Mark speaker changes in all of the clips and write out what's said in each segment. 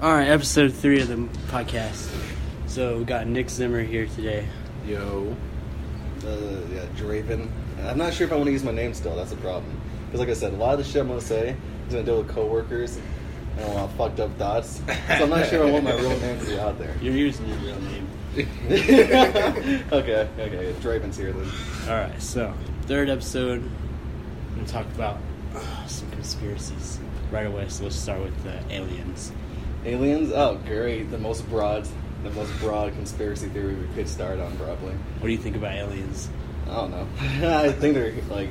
Speaker 1: episode three of the podcast. So we got Nick Zimmer here today.
Speaker 2: Yo. Uh, yeah, Draven. I'm not sure if I want to use my name still. That's a problem. Because, like I said, a lot of the shit I'm going to say is going to deal with coworkers and a lot of fucked up thoughts. So I'm not sure I want my real name to be out there.
Speaker 1: You're using his real name.
Speaker 2: okay, okay. yeah, Draven's here then.
Speaker 1: All right, so third episode, we're gonna talk about uh, some conspiracies right away. So let's start with the aliens.
Speaker 2: Aliens? Oh, great. The most broad, the most broad conspiracy theory we could start on, probably.
Speaker 1: What do you think about aliens?
Speaker 2: I don't know. I think they're like,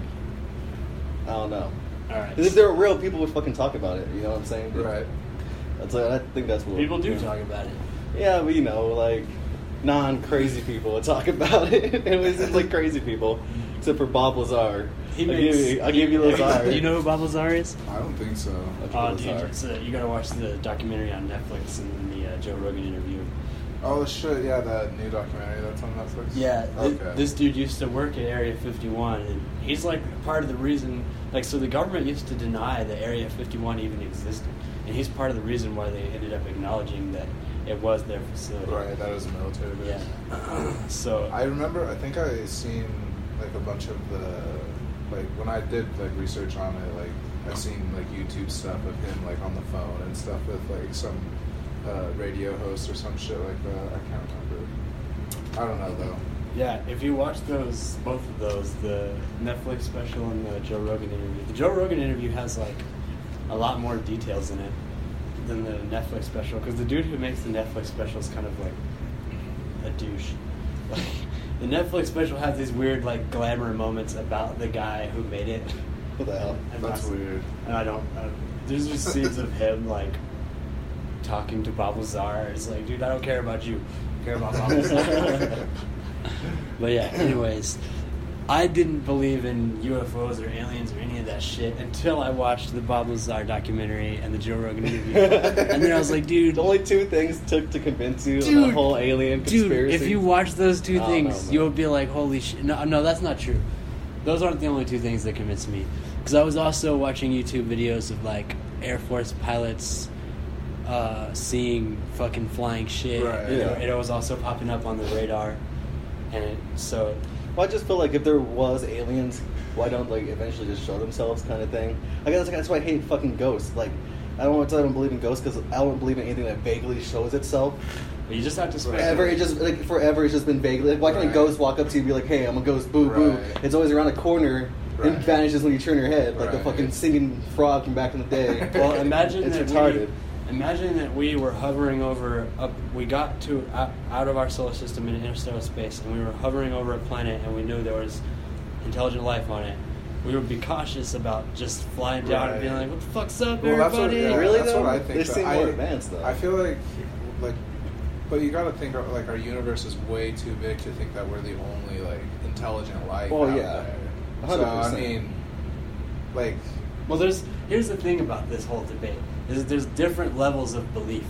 Speaker 2: I don't know.
Speaker 1: All right,
Speaker 2: If they were real, people would fucking talk about it. You know what I'm saying? That's like, I think that's what
Speaker 1: people do talk about it.
Speaker 2: Yeah, we know, like non-crazy people would talk about it. it was just like crazy people, except for Bob Lazar. I'll give you, I'll give you Lazar.
Speaker 1: Do you know who Bob Lazar is?
Speaker 3: I don't think so.
Speaker 2: I'll give you
Speaker 1: Uh, dude,
Speaker 2: Lazar.
Speaker 1: it's, uh, you gotta watch the documentary on Netflix and the uh, Joe Rogan interview.
Speaker 3: Oh shit! Yeah, that new documentary that's on Netflix.
Speaker 1: Yeah, th-
Speaker 3: okay.
Speaker 1: this dude used to work at Area 51, and he's like part of the reason. Like, so the government used to deny that Area 51 even existed, and he's part of the reason why they ended up acknowledging that it was their facility.
Speaker 3: Right, that was a military base.
Speaker 1: Yeah. so
Speaker 3: I remember. I think I seen like a bunch of the like when I did like research on it. Like I seen like YouTube stuff of him like on the phone and stuff with like some uh, radio host or some shit like that. I can't remember. I don't know though.
Speaker 1: Yeah, if you watch those, both of those, the Netflix special and the Joe Rogan interview, the Joe Rogan interview has like a lot more details in it than the Netflix special because the dude who makes the Netflix special is kind of like a douche. Like the Netflix special has these weird like glamour moments about the guy who made it.
Speaker 2: What the hell?
Speaker 1: And
Speaker 3: That's
Speaker 1: I-
Speaker 3: weird.
Speaker 1: And I don't. I, there's just scenes of him like talking to Bob Lazar. It's like, dude, I don't care about you. I care about Bob Lazar. But yeah, anyways, I didn't believe in UFOs or aliens or any of that shit until I watched the Bob Lazar documentary and the Joe Rogan interview. and then I was like, dude,
Speaker 2: The only two things took to convince you of
Speaker 1: Dude,
Speaker 2: the whole alien
Speaker 1: dude,
Speaker 2: conspiracy.
Speaker 1: if you watch those two
Speaker 2: Oh,
Speaker 1: things,
Speaker 2: no, no.
Speaker 1: you'll be like, holy shit. No, no, that's not true. Those aren't the only two things that convinced me. Because I was also watching YouTube videos of like Air Force pilots uh, seeing fucking flying shit.
Speaker 3: Right,
Speaker 1: You know,
Speaker 2: yeah.
Speaker 1: It was also popping up on the radar. And it, so
Speaker 2: Well, I just feel like if there was aliens, why don't like eventually just show themselves, kind of thing. I guess that's why I hate fucking ghosts. Like, I don't want to tell you I don't believe in ghosts because I don't believe in anything that vaguely shows itself.
Speaker 1: you just have to speculate.
Speaker 2: Forever, it just like forever. It's just been vaguely. Like, why can't a
Speaker 3: Right.
Speaker 2: ghost walk up to you and be like, "Hey, I'm a ghost, boo boo"?
Speaker 3: Right.
Speaker 2: It's always around a corner and
Speaker 3: Right.
Speaker 2: vanishes when you turn your head, like the
Speaker 3: Right.
Speaker 2: fucking singing frog from back in the day.
Speaker 1: Well, imagine
Speaker 2: it's
Speaker 1: that
Speaker 2: retarded.
Speaker 1: we imagine that we were hovering over. A, we got to out, out of our solar system into interstellar space, and we were hovering over a planet, and we knew there was intelligent life on it. We would be cautious about just flying down and being
Speaker 3: Right.
Speaker 1: like, "What the fuck's up,
Speaker 3: Well, that's what,
Speaker 1: everybody?"
Speaker 3: yeah,
Speaker 2: Really,
Speaker 3: that's
Speaker 2: though?
Speaker 3: what I think.
Speaker 2: They
Speaker 3: but
Speaker 2: seem
Speaker 3: I,
Speaker 2: more advanced, though.
Speaker 3: I feel like, like, but you gotta think of, like our universe is way too big to think that we're the only like intelligent life.
Speaker 2: Well,
Speaker 3: out
Speaker 2: yeah.
Speaker 3: there.
Speaker 2: A
Speaker 3: So
Speaker 2: hundred
Speaker 3: I
Speaker 2: percent.
Speaker 3: mean, like,
Speaker 1: Well, there's here's the thing about this whole debate is that there's different levels of belief.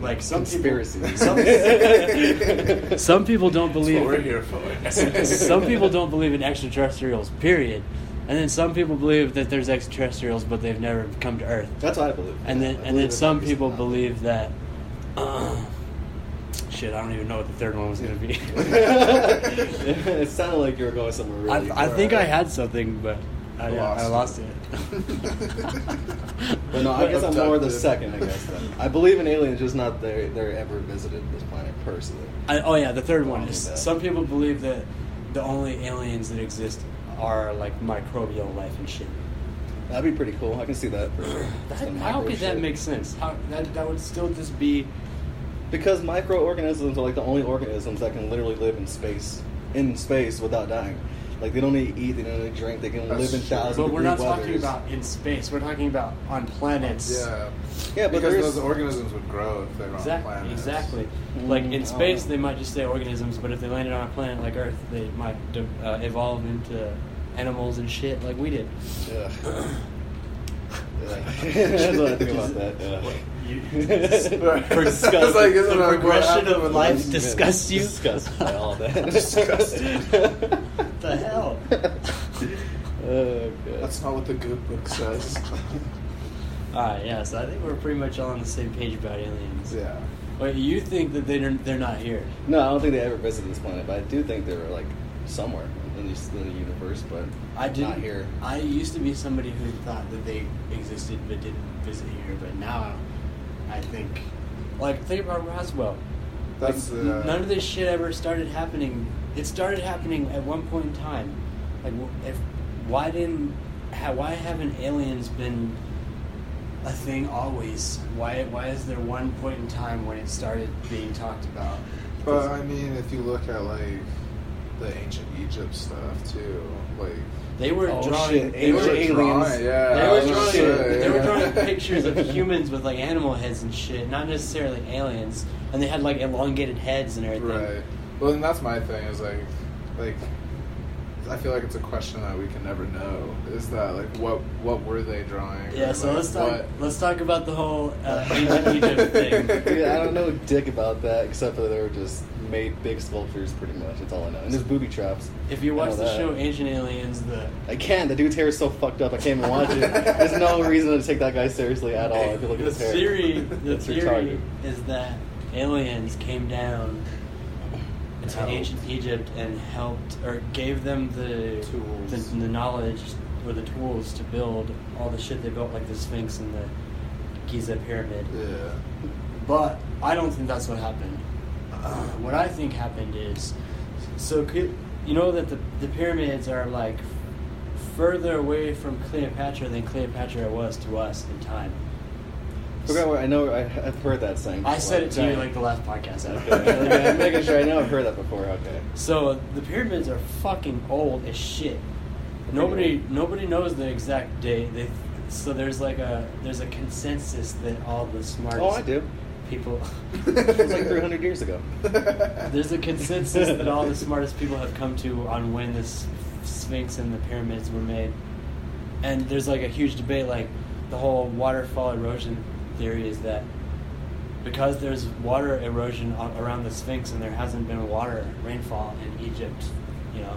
Speaker 1: Like some
Speaker 2: conspiracy.
Speaker 1: people, some, some people don't
Speaker 3: that's
Speaker 1: believe
Speaker 3: what we're here for.
Speaker 1: some people don't believe in extraterrestrials, period. And then some people believe that there's extraterrestrials, but they've never come to Earth.
Speaker 2: That's what I believe.
Speaker 1: And then, and
Speaker 2: I believe
Speaker 1: then
Speaker 2: in
Speaker 1: some
Speaker 2: aliens.
Speaker 1: people believe that. Uh, shit, I don't even know what the third one was going to be.
Speaker 2: it sounded like you were going somewhere really.
Speaker 1: I, I think I had something, but I, I lost
Speaker 3: Lost
Speaker 1: it.
Speaker 3: it.
Speaker 2: But no, I guess I'm more the
Speaker 3: Abducted.
Speaker 2: second. I guess then. I believe in aliens, just not they they're ever visited this planet personally.
Speaker 1: I, oh yeah, the third one
Speaker 2: Don't
Speaker 1: is.
Speaker 2: do that.
Speaker 1: Some people believe that the only aliens that exist are like microbial life and shit.
Speaker 2: That'd be pretty cool. I can see that for sure.
Speaker 1: That,
Speaker 2: Some
Speaker 1: how
Speaker 2: micro
Speaker 1: could that
Speaker 2: shit.
Speaker 1: make sense? How, that that would still just be
Speaker 2: Because microorganisms are like the only organisms that can literally live in space, in space without dying. Like they don't need to eat, they don't need to drink, they can
Speaker 3: That's
Speaker 2: live in
Speaker 3: true.
Speaker 2: thousands.
Speaker 1: But we're not
Speaker 2: degree
Speaker 1: talking
Speaker 2: weathers.
Speaker 1: about in space. We're talking about on planets.
Speaker 3: yeah,
Speaker 2: Yeah, but
Speaker 3: because
Speaker 2: there's-
Speaker 3: those organisms would grow if they were on
Speaker 1: Exactly.
Speaker 3: planets.
Speaker 1: Exactly.
Speaker 2: Mm,
Speaker 1: Like
Speaker 2: I
Speaker 1: in
Speaker 2: don't
Speaker 1: space,
Speaker 2: know.
Speaker 1: they might just say organisms, but if they landed on a planet like Earth, they might de- uh, evolve into animals and shit like we did.
Speaker 2: Ugh. That's what I think about that.
Speaker 3: Right.
Speaker 2: Yeah.
Speaker 3: For disgust- It's like, isn't
Speaker 1: the
Speaker 3: that what
Speaker 1: progression
Speaker 3: happened
Speaker 1: of
Speaker 3: with
Speaker 1: life
Speaker 3: those
Speaker 1: disgusts you.
Speaker 2: Disgust by all that.
Speaker 3: Disgusted.
Speaker 1: What the hell?
Speaker 2: oh, God.
Speaker 3: That's not what the good book says.
Speaker 1: All right, yeah. So Ah, I think we're pretty much all on the same page about aliens.
Speaker 3: Yeah.
Speaker 1: Wait, you think that they're they're not here?
Speaker 2: No, I don't think they ever visited this planet, but I do think they were like somewhere in this- the universe, but
Speaker 1: I didn't.
Speaker 2: not here.
Speaker 1: I used to be somebody who thought that they existed but didn't visit here, but now I think, like, think about Roswell.
Speaker 3: That's
Speaker 1: Like,
Speaker 3: uh,
Speaker 1: n- none of this shit ever started happening. It started happening at one point in time. Like, wh- if why didn't ha, why haven't aliens been a thing always? Why why is there one point in time when it started being talked about?
Speaker 3: But I mean, if you look at like the ancient Egypt stuff too, like
Speaker 1: They were
Speaker 2: Oh,
Speaker 1: drawing.
Speaker 2: shit,
Speaker 1: They were
Speaker 2: ancient aliens.
Speaker 3: drawing, yeah.
Speaker 1: They
Speaker 2: Uh,
Speaker 1: were
Speaker 2: oh,
Speaker 1: drawing,
Speaker 2: shit.
Speaker 1: they were drawing
Speaker 3: Yeah.
Speaker 1: pictures of humans with like animal heads and shit, not necessarily aliens. And they had like elongated heads and everything.
Speaker 3: Right. Well, and that's my thing is like, like, I feel like it's a question that we can never know. Is that like what what were they drawing?
Speaker 1: Yeah.
Speaker 3: Or,
Speaker 1: So
Speaker 3: like,
Speaker 1: let's talk.
Speaker 3: what-
Speaker 1: Let's talk about the whole uh, ancient Egypt thing.
Speaker 2: Dude, I don't know dick about that except for they were just made big sculptures, pretty much. That's all I know. And there's booby traps.
Speaker 1: If you
Speaker 2: I know
Speaker 1: watch the
Speaker 2: that.
Speaker 1: show Ancient Aliens, the
Speaker 2: I can't. The dude's hair is so fucked up. I can't even watch it. There's no reason to take that guy seriously at all. If you look at
Speaker 1: the
Speaker 2: his hair,
Speaker 1: theory, the
Speaker 2: It's
Speaker 1: theory
Speaker 2: retarded.
Speaker 1: is that aliens came down to
Speaker 2: Helped.
Speaker 1: ancient Egypt and helped or gave them the,
Speaker 3: Tools.
Speaker 1: the the knowledge or the tools to build all the shit they built, like the Sphinx and the Giza pyramid.
Speaker 3: Yeah.
Speaker 1: But I don't think that's what happened. Uh, what I think happened is, so could, you know that the, the pyramids are like further away from Cleopatra than Cleopatra was to us in time.
Speaker 2: Forgot what I know. I, I've heard that saying.
Speaker 1: I said it
Speaker 2: before.
Speaker 1: to you like the last podcast. I
Speaker 2: Okay. okay, I'm making sure I know I've heard that before. Okay.
Speaker 1: So the pyramids are fucking old as shit. Nobody nobody knows the exact date. They so there's like a there's a consensus that all the smartest
Speaker 2: Oh, I do.
Speaker 1: people
Speaker 2: It was like 300 years ago.
Speaker 1: there's a consensus that all the smartest people have come to on when this Sphinx and the pyramids were made. And there's like a huge debate like the whole waterfall erosion theory is that because there's water erosion a- around the Sphinx and there hasn't been water rainfall in Egypt, you know,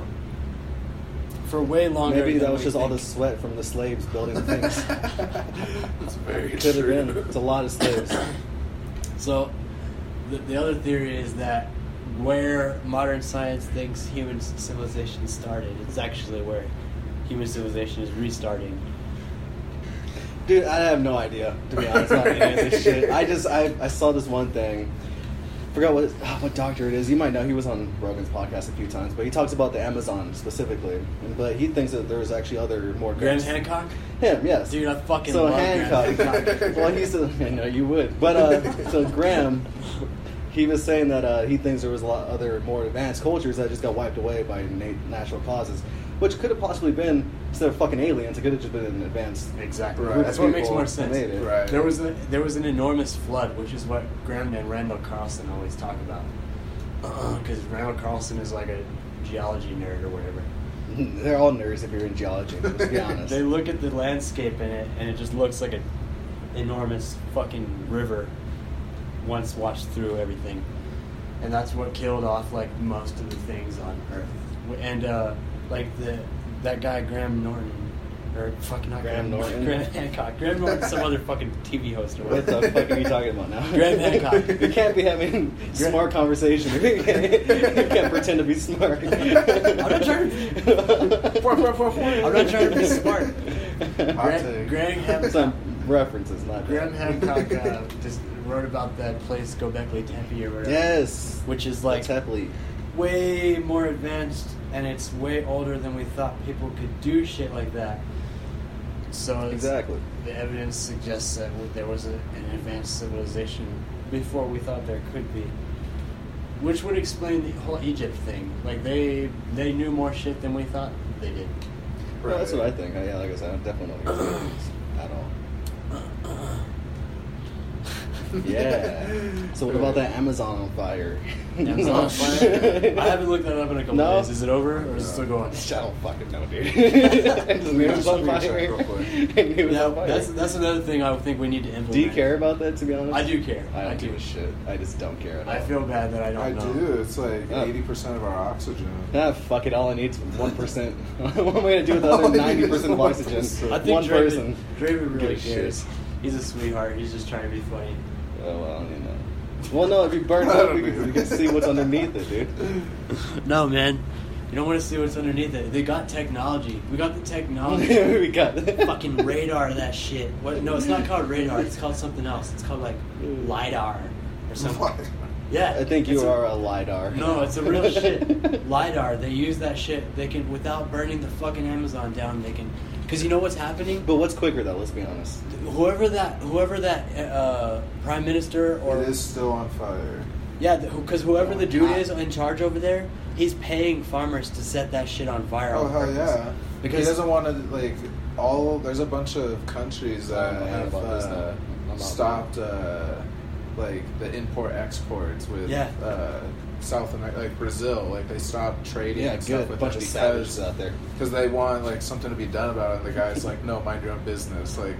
Speaker 1: for way longer.
Speaker 2: Maybe
Speaker 1: than
Speaker 2: that was
Speaker 1: we
Speaker 2: just all the
Speaker 1: think.
Speaker 2: sweat from the slaves building the things.
Speaker 3: It's very
Speaker 2: Could have
Speaker 3: true.
Speaker 2: been. It's a lot of slaves.
Speaker 1: So, the, the other theory is that where modern science thinks human s- civilization started, it's actually where human civilization is restarting.
Speaker 2: Dude, I have no idea to be honest about any of this shit. I just I, I saw this one thing. Forgot what ah, what doctor it is. You might know he was on Rogan's podcast a few times, but he talks about the Amazon specifically. And, but he thinks that there's actually other more
Speaker 1: Graham
Speaker 2: groups.
Speaker 1: Hancock?
Speaker 2: Him, yes.
Speaker 1: Dude, I fucking
Speaker 2: so
Speaker 1: love
Speaker 2: Hancock.
Speaker 1: Graham
Speaker 3: Hancock.
Speaker 2: well, he's a, I know you would, but uh, so Graham, he was saying that uh, he thinks there was a lot other more advanced cultures that just got wiped away by na- natural causes, which could have possibly been instead of fucking aliens, it could have just been an advanced.
Speaker 1: Exactly.
Speaker 3: Right.
Speaker 1: That's what makes
Speaker 2: people
Speaker 1: more sense.
Speaker 2: made it.
Speaker 3: Right.
Speaker 1: There was a, there was an enormous flood, which is what Graham and Randall Carlson always talk about. Because Randall Carlson is like a geology nerd or whatever.
Speaker 2: They're all nerds if you're in geology. Let's be honest.
Speaker 1: They look at the landscape in it, and it just looks like an enormous fucking river once washed through everything. And that's what killed off like most of the things on Earth. W- And uh, like the that guy Graham Norton, or fucking not
Speaker 2: Graham
Speaker 1: Graham,
Speaker 2: Norton.
Speaker 1: Graham Hancock. Graham Norton's some other fucking TV host or
Speaker 2: What
Speaker 1: whatever.
Speaker 2: the fuck are you talking about now?
Speaker 1: Graham Hancock.
Speaker 2: you can't be having smart conversation. You can't, you can't pretend to be smart.
Speaker 1: I'm not trying
Speaker 3: I'm
Speaker 1: not trying to be smart.
Speaker 3: I'll
Speaker 1: Graham,
Speaker 3: take.
Speaker 1: Graham Hancock.
Speaker 2: Some references, not
Speaker 1: Graham Hancock uh, just wrote about that place Gobekli Tepe or whatever.
Speaker 2: Yes,
Speaker 1: Which is like
Speaker 2: Tepley.
Speaker 1: way more advanced and it's way older than we thought people could do shit like that. So it's-
Speaker 2: Exactly.
Speaker 1: the evidence suggests that w- there was a, an advanced civilization before we thought there could be, which would explain the whole Egypt thing. Like they they knew more shit than we thought they did.
Speaker 2: No, that's what I think. Yeah, like I said, I definitely don't know what you're at all. Yeah. So what about that Amazon on fire?
Speaker 1: Amazon on fire? I haven't looked that up in a couple
Speaker 2: No?
Speaker 1: days. Is it over or is it still going?
Speaker 2: I don't fucking know, dude. it was on
Speaker 3: Screen check
Speaker 2: fire.
Speaker 3: real quick.
Speaker 2: It was
Speaker 1: Yeah,
Speaker 2: on fire.
Speaker 1: that's that's another thing I think we need to implement.
Speaker 2: Do you care about that? To be honest,
Speaker 1: I do care.
Speaker 2: I don't
Speaker 1: I do.
Speaker 2: give a shit. I just don't care at all.
Speaker 1: I feel bad that I don't
Speaker 3: I
Speaker 1: know.
Speaker 3: do. It's like
Speaker 2: Uh,
Speaker 3: eighty percent of our oxygen.
Speaker 2: Ah, fuck it. All I need is one percent. what am I gonna do with the other
Speaker 3: All I
Speaker 2: ninety
Speaker 3: need is
Speaker 2: percent of oxygen?
Speaker 3: 1%.
Speaker 1: I think
Speaker 2: one
Speaker 1: Draven-
Speaker 2: person.
Speaker 1: Draven really
Speaker 2: Gives a shit.
Speaker 1: cares. He's a sweetheart. He's just trying to be funny.
Speaker 2: Oh well, you know. Well, no, if you burn it up, we can, we can see what's underneath it, dude.
Speaker 1: No, man. You don't want to see what's underneath it. They got technology. We got the technology.
Speaker 2: we got
Speaker 1: Fucking radar that shit. What? No, it's not called radar. It's called something else. It's called like lidar or something. Yeah.
Speaker 2: I think you
Speaker 1: it's a-
Speaker 2: are uh, a, lidar.
Speaker 1: No, it's a real shit. LiDAR, they use that shit. They can, without burning the fucking Amazon down, they can. Because you know what's happening?
Speaker 2: But what's quicker though? Let's be honest.
Speaker 1: Whoever that, whoever that uh, prime minister or.
Speaker 3: it is still on fire.
Speaker 1: Yeah, because whoever the dude is in charge over there, he's paying farmers to set that shit on fire.
Speaker 3: Oh
Speaker 1: on
Speaker 3: hell
Speaker 1: purpose.
Speaker 3: yeah! Because
Speaker 1: Because-
Speaker 3: he doesn't want to like all. There's a bunch of countries that
Speaker 2: I don't know
Speaker 3: have
Speaker 2: about this,
Speaker 3: uh,
Speaker 2: though. I'm not-
Speaker 3: stopped uh, like the import exports with
Speaker 1: Yeah.
Speaker 3: uh, South America, like Brazil. Like they stopped trading.
Speaker 2: Yeah,
Speaker 3: and stuff
Speaker 2: good.
Speaker 3: with
Speaker 2: bunch of
Speaker 3: us
Speaker 2: these
Speaker 3: because
Speaker 2: savages out there.
Speaker 3: because they want like something to be done about it. The guy's like, no, mind your own business. Like